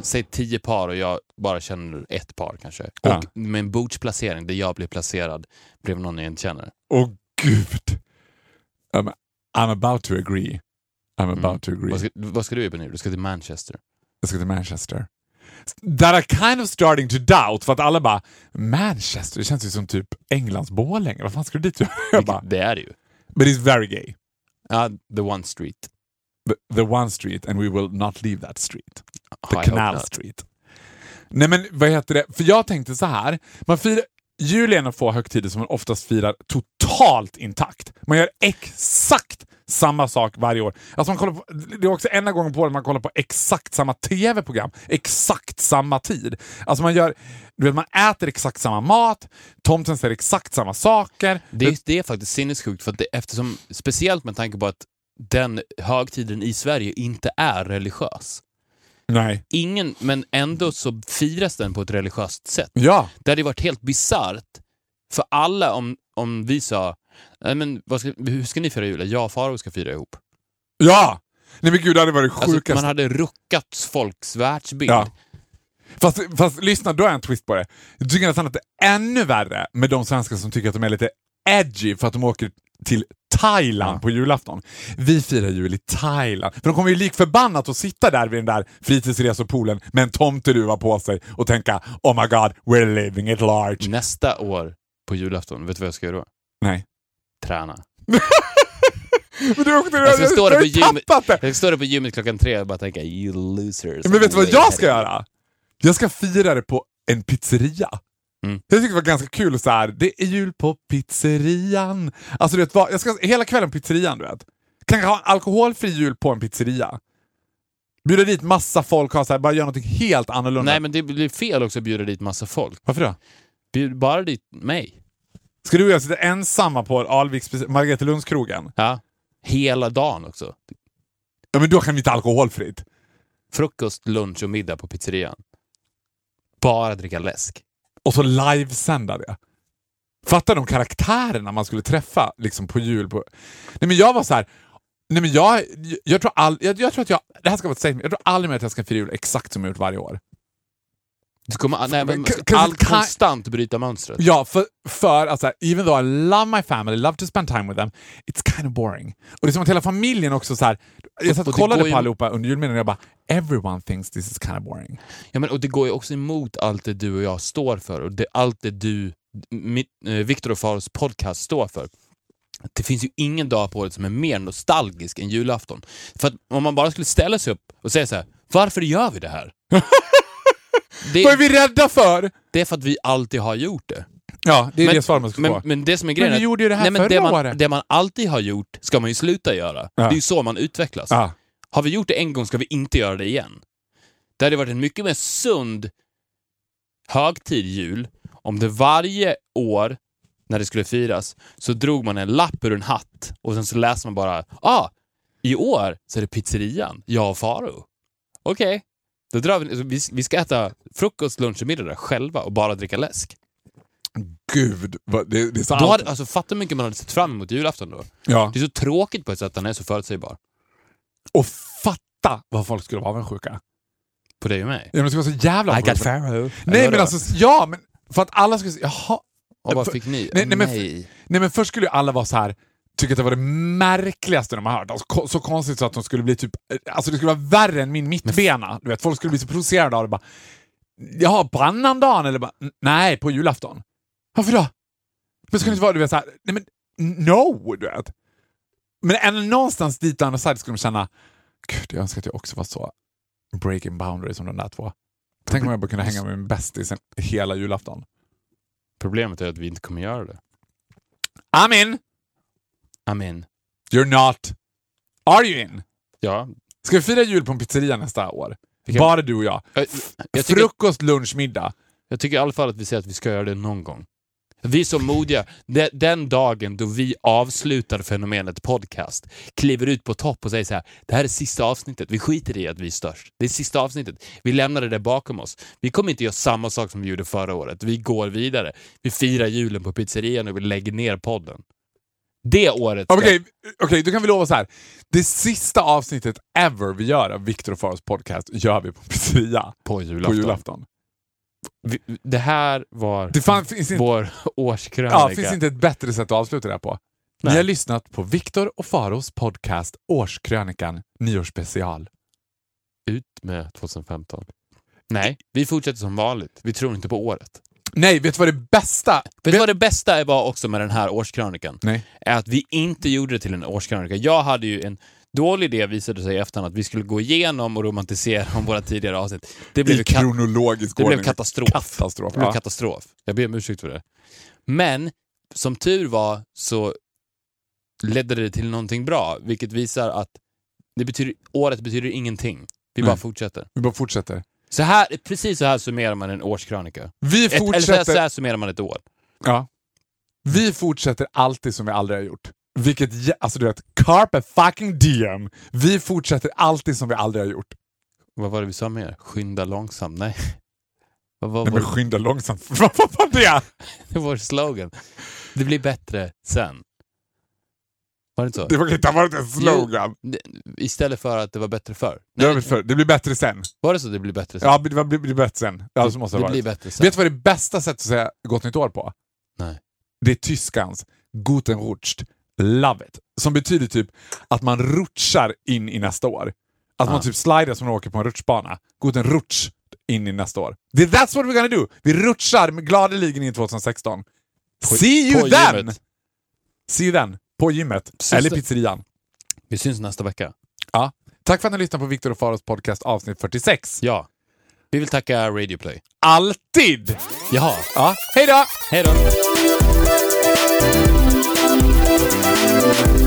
Speaker 2: säg tio par och jag bara känner ett par kanske.
Speaker 1: Ja.
Speaker 2: Och med en bordsplacering där jag blir placerad bredvid någon jag inte känner.
Speaker 1: Åh gud! I'm, I'm about to agree. I'm
Speaker 2: Mm.
Speaker 1: about to agree.
Speaker 2: Vad ska, vad ska du göra på nu? Du ska till Manchester.
Speaker 1: Jag ska till Manchester. That are kind of starting to doubt, för att alla bara Manchester, det känns ju som typ Englands Borlänge. Vad fan ska du dit göra? Jag bara,
Speaker 2: Vilket, det är det ju.
Speaker 1: But it's very gay.
Speaker 2: Ja, the one street.
Speaker 1: The, the one street and we will not leave that street.
Speaker 2: I
Speaker 1: The
Speaker 2: hope
Speaker 1: Canal
Speaker 2: not.
Speaker 1: Street. Nej men vad heter det? För jag tänkte så här. Man firar, jul är en av få högtider som man oftast firar totalt intakt. Man gör exakt samma sak varje år. Alltså man kollar på, det är också enda gången på året man kollar på exakt samma tv-program, exakt samma tid. Alltså man gör, du vet, man äter exakt samma mat, tomten säger exakt samma saker.
Speaker 2: Det är, det är faktiskt sinnessjukt, för att det, eftersom, speciellt med tanke på att den högtiden i Sverige inte är religiös.
Speaker 1: Nej.
Speaker 2: Ingen, men ändå så firas den på ett religiöst sätt.
Speaker 1: Ja.
Speaker 2: Det hade ju varit helt bisarrt för alla om, om vi sa Nej, men vad ska, hur ska ni fira jul? Jag och Farao ska fira ihop.
Speaker 1: Ja! Nej men gud, det hade varit
Speaker 2: Alltså,
Speaker 1: sjukast.
Speaker 2: man hade ruckat folks världsbild.
Speaker 1: Ja. Fast, fast lyssna, då är en twist på det. Jag tycker nästan att det är ännu värre med de svenskar som tycker att de är lite edgy för att de åker till Thailand på julafton. Vi firar jul i Thailand. För de kommer ju lik förbannat att sitta där vid den där fritidsresepoolen med en tomteluva på sig och tänka Oh my god, we're living it large.
Speaker 2: Nästa år på julafton, vet du vad jag ska göra då?
Speaker 1: Nej.
Speaker 2: Träna. Alltså,
Speaker 1: Men du åkte
Speaker 2: Jag ska stå där
Speaker 1: har
Speaker 2: på
Speaker 1: ju
Speaker 2: gymmet,
Speaker 1: tappat det!
Speaker 2: jag ska stå där på gymmet klockan tre och bara tänka you losers.
Speaker 1: Men vet du vad
Speaker 2: Way
Speaker 1: jag ska
Speaker 2: ahead of
Speaker 1: göra? Jag ska fira det på en pizzeria.
Speaker 2: Mm.
Speaker 1: Jag tyckte det var ganska kul så här. det är jul på pizzerian. Alltså du vet vad, jag ska hela kvällen på pizzerian du vet. Kanske ha en alkoholfri jul på en pizzeria. Bjuda dit massa folk, ha så här, bara göra något helt
Speaker 2: you."
Speaker 1: annorlunda.
Speaker 2: Nej men det blir fel också att bjuda dit massa folk.
Speaker 1: Varför då?
Speaker 2: Bjud bara dit mig.
Speaker 1: Ska du och jag sitta ensamma på Alviks speci- Margaretalundskrogen?
Speaker 2: Ja. Hela dagen också.
Speaker 1: Ja, men då kan vi inte alkoholfritt.
Speaker 2: Frukost, lunch och middag på pizzerian. Bara dricka läsk.
Speaker 1: Och så livesända det. Fattar de karaktärerna man skulle träffa liksom på jul? På... Nej men jag var så här. Nej men jag, jag, tror all, jag, jag tror att jag... Det här ska vara ett statement. Jag tror aldrig mer att jag ska fira jul exakt som jag gjort varje år.
Speaker 2: Du kommer nej, men,
Speaker 1: Kan- kan-
Speaker 2: all,
Speaker 1: kan-
Speaker 2: konstant bryta mönstret.
Speaker 1: Ja, för, för alltså, even though I love my family, love to spend time with them, it's kind of boring. Och det är som att hela familjen också så här. Jag satt och
Speaker 2: och det går
Speaker 1: kollade
Speaker 2: ju-
Speaker 1: på allihopa under julmiddagen och jag bara, everyone thinks this is kind of boring.
Speaker 2: Ja, men, och det går ju också emot allt det du och jag står för och det, allt det du, mitt, eh, Viktor och Faros podcast står för. Det finns ju ingen dag på året som är mer nostalgisk än julafton. För att om man bara skulle ställa sig upp och säga så här, varför gör vi det här? <laughs>
Speaker 1: Vad är
Speaker 2: det,
Speaker 1: vi rädda för?
Speaker 2: det är för att vi alltid har gjort det.
Speaker 1: Ja, det är
Speaker 2: Men-
Speaker 1: det svar man ska få.
Speaker 2: Men, men det som är grejen
Speaker 1: vi
Speaker 2: är att-
Speaker 1: gjorde ju det här
Speaker 2: nej, men
Speaker 1: förra
Speaker 2: det man,
Speaker 1: året.
Speaker 2: Det man alltid har gjort ska man ju sluta göra.
Speaker 1: Ja.
Speaker 2: Det är ju så man utvecklas.
Speaker 1: Ja.
Speaker 2: Har vi gjort det en gång ska vi inte göra det igen. Det hade varit en mycket mer sund högtid jul om det varje år när det skulle firas så drog man en lapp ur en hatt och sen så läste man bara ah, i år så är det pizzerian, jag och Faro. Okej, då drar vi, vi, vi ska äta frukost, lunch och middag där själva och bara dricka läsk.
Speaker 1: Gud, vad, det, det är så
Speaker 2: Då
Speaker 1: allt.
Speaker 2: hade, alltså, fatta hur mycket man hade sett fram emot julafton då.
Speaker 1: Ja.
Speaker 2: Det är så tråkigt på ett sätt att den är så förutsägbar.
Speaker 1: Och fatta vad folk skulle vara avundsjuka.
Speaker 2: På dig och mig.
Speaker 1: Ja, men det skulle vara så jävla avundsjuka.
Speaker 2: Farrow.
Speaker 1: Nej men alltså, ja men för att alla skulle säga, jaha.
Speaker 2: Och vad fick ni?
Speaker 1: Nej, nej, men-
Speaker 2: Nej.
Speaker 1: Nej men först skulle ju alla vara så här tycka att det var det märkligaste de har hört. Alltså, ko- så konstigt så att de skulle bli typ, alltså det skulle vara värre än min mittbena. Du vet, folk skulle bli så provocerade av det bara, jaha på annan dag eller bara, "N- nej på julafton. Varför då? Men skulle det inte vara, du vet så här, nej men no, du vet. Men ändå någonstans dit andra sidan skulle de känna, gud jag önskar att jag också var så breaking boundaries som de där två. Tänk om jag bara kunde hänga med min bästis en- hela julafton.
Speaker 2: Problemet är att vi inte kommer göra det.
Speaker 1: I'm in!
Speaker 2: I mean,
Speaker 1: You're not. Are you in?
Speaker 2: ja.
Speaker 1: Ska vi fira jul på en pizzeria nästa år?
Speaker 2: Vilken-
Speaker 1: Bara du och jag.
Speaker 2: Jag, jag, tycker,
Speaker 1: Frukost, lunch, middag.
Speaker 2: jag tycker i alla fall att vi säger att vi ska göra det någon gång. Vi är så modiga. De, den dagen då vi avslutar fenomenet podcast, kliver ut på topp och säger så här, det här är sista avsnittet, vi skiter i att vi är störst. Det är sista avsnittet. Vi lämnar det där bakom oss. Vi kommer inte göra samma sak som vi gjorde förra året. Vi går vidare. Vi firar julen på pizzerian och vi lägger ner podden. Det året ska-
Speaker 1: Okej, okej, då kan vi lova så här. Det sista avsnittet ever vi gör av Viktor och Faros podcast gör vi på en pizzeria
Speaker 2: på julafton.
Speaker 1: på julafton.
Speaker 2: Vi, det här var
Speaker 1: Det fan, finns, inte,
Speaker 2: vår årskrönika.
Speaker 1: ja, finns inte ett bättre sätt att avsluta det här på. Ni
Speaker 2: Nej.
Speaker 1: har lyssnat på Viktor och Faros podcast Årskrönikan Nyårsspecial.
Speaker 2: ut med 2015. Nej, vi fortsätter som vanligt. Vi tror inte på året.
Speaker 1: Nej, vet du vad det bästa...
Speaker 2: Vet du vad det bästa var också med den här årskrönikan?
Speaker 1: Nej.
Speaker 2: Är att vi inte gjorde det till en årskrönika. Jag hade ju en dålig idé, visade sig i efterhand, att vi skulle gå igenom och romantisera om våra tidigare avsnitt. Det blev,
Speaker 1: I
Speaker 2: ka-
Speaker 1: kronologisk
Speaker 2: det
Speaker 1: ordning.
Speaker 2: blev katastrof.
Speaker 1: Katastrof,
Speaker 2: Det blev
Speaker 1: ja.
Speaker 2: katastrof. Jag ber om ursäkt för det. Men som tur var så ledde det till någonting bra, vilket visar att det betyder, året betyder ingenting. Vi bara
Speaker 1: Nej.
Speaker 2: fortsätter.
Speaker 1: Vi bara fortsätter.
Speaker 2: Så här, precis så här summerar man en årskrönika.
Speaker 1: Vi
Speaker 2: Ett, eller så här,
Speaker 1: fortsätter...
Speaker 2: så här summerar man ett år.
Speaker 1: Ja. Vi fortsätter alltid som vi aldrig har gjort. Vilket, jä- alltså du vet, carpe fucking diem. Vi fortsätter alltid som vi aldrig har gjort.
Speaker 2: Vad var det vi sa mer? Skynda långsamt? Nej. <laughs> Vad var
Speaker 1: Nej men
Speaker 2: vår,
Speaker 1: skynda långsamt. <laughs> Vad vad var det?
Speaker 2: vår slogan? Det blir bättre sen. Var det inte så?
Speaker 1: Det var inte varit en slogan.
Speaker 2: Det- Istället för att det var bättre förr.
Speaker 1: Det,
Speaker 2: Nej,
Speaker 1: var väl för, det blir bättre sen.
Speaker 2: var det så det blir bättre sen?
Speaker 1: Ja, det var- det blir bättre sen. Ja, så måste det
Speaker 2: det
Speaker 1: ha
Speaker 2: blir
Speaker 1: varit.
Speaker 2: bättre sen.
Speaker 1: Vet du vad det bästa sättet att säga gott nytt år på?
Speaker 2: Nej.
Speaker 1: Det är tyskans Guten Rutsch, love it. Som betyder typ att man rutschar in i nästa år. Att man
Speaker 2: Ah.
Speaker 1: typ slider som när man åker på en rutschbana. Guten Rutsch in i nästa år. Det- That's what we're gonna do! Vi rutschar med gladeligen in i 2016.
Speaker 2: På-
Speaker 1: See
Speaker 2: på
Speaker 1: you then!
Speaker 2: gymmet.
Speaker 1: See you then! På gymmet.
Speaker 2: Sista-
Speaker 1: Eller pizzerian.
Speaker 2: Vi syns nästa vecka.
Speaker 1: Ja. Tack för att ni lyssnade på Viktor och Faros podcast avsnitt 46.
Speaker 2: Ja. Vi vill tacka Radio Play.
Speaker 1: Alltid!
Speaker 2: Jaha.
Speaker 1: Ja. Hej då!
Speaker 2: Hej då.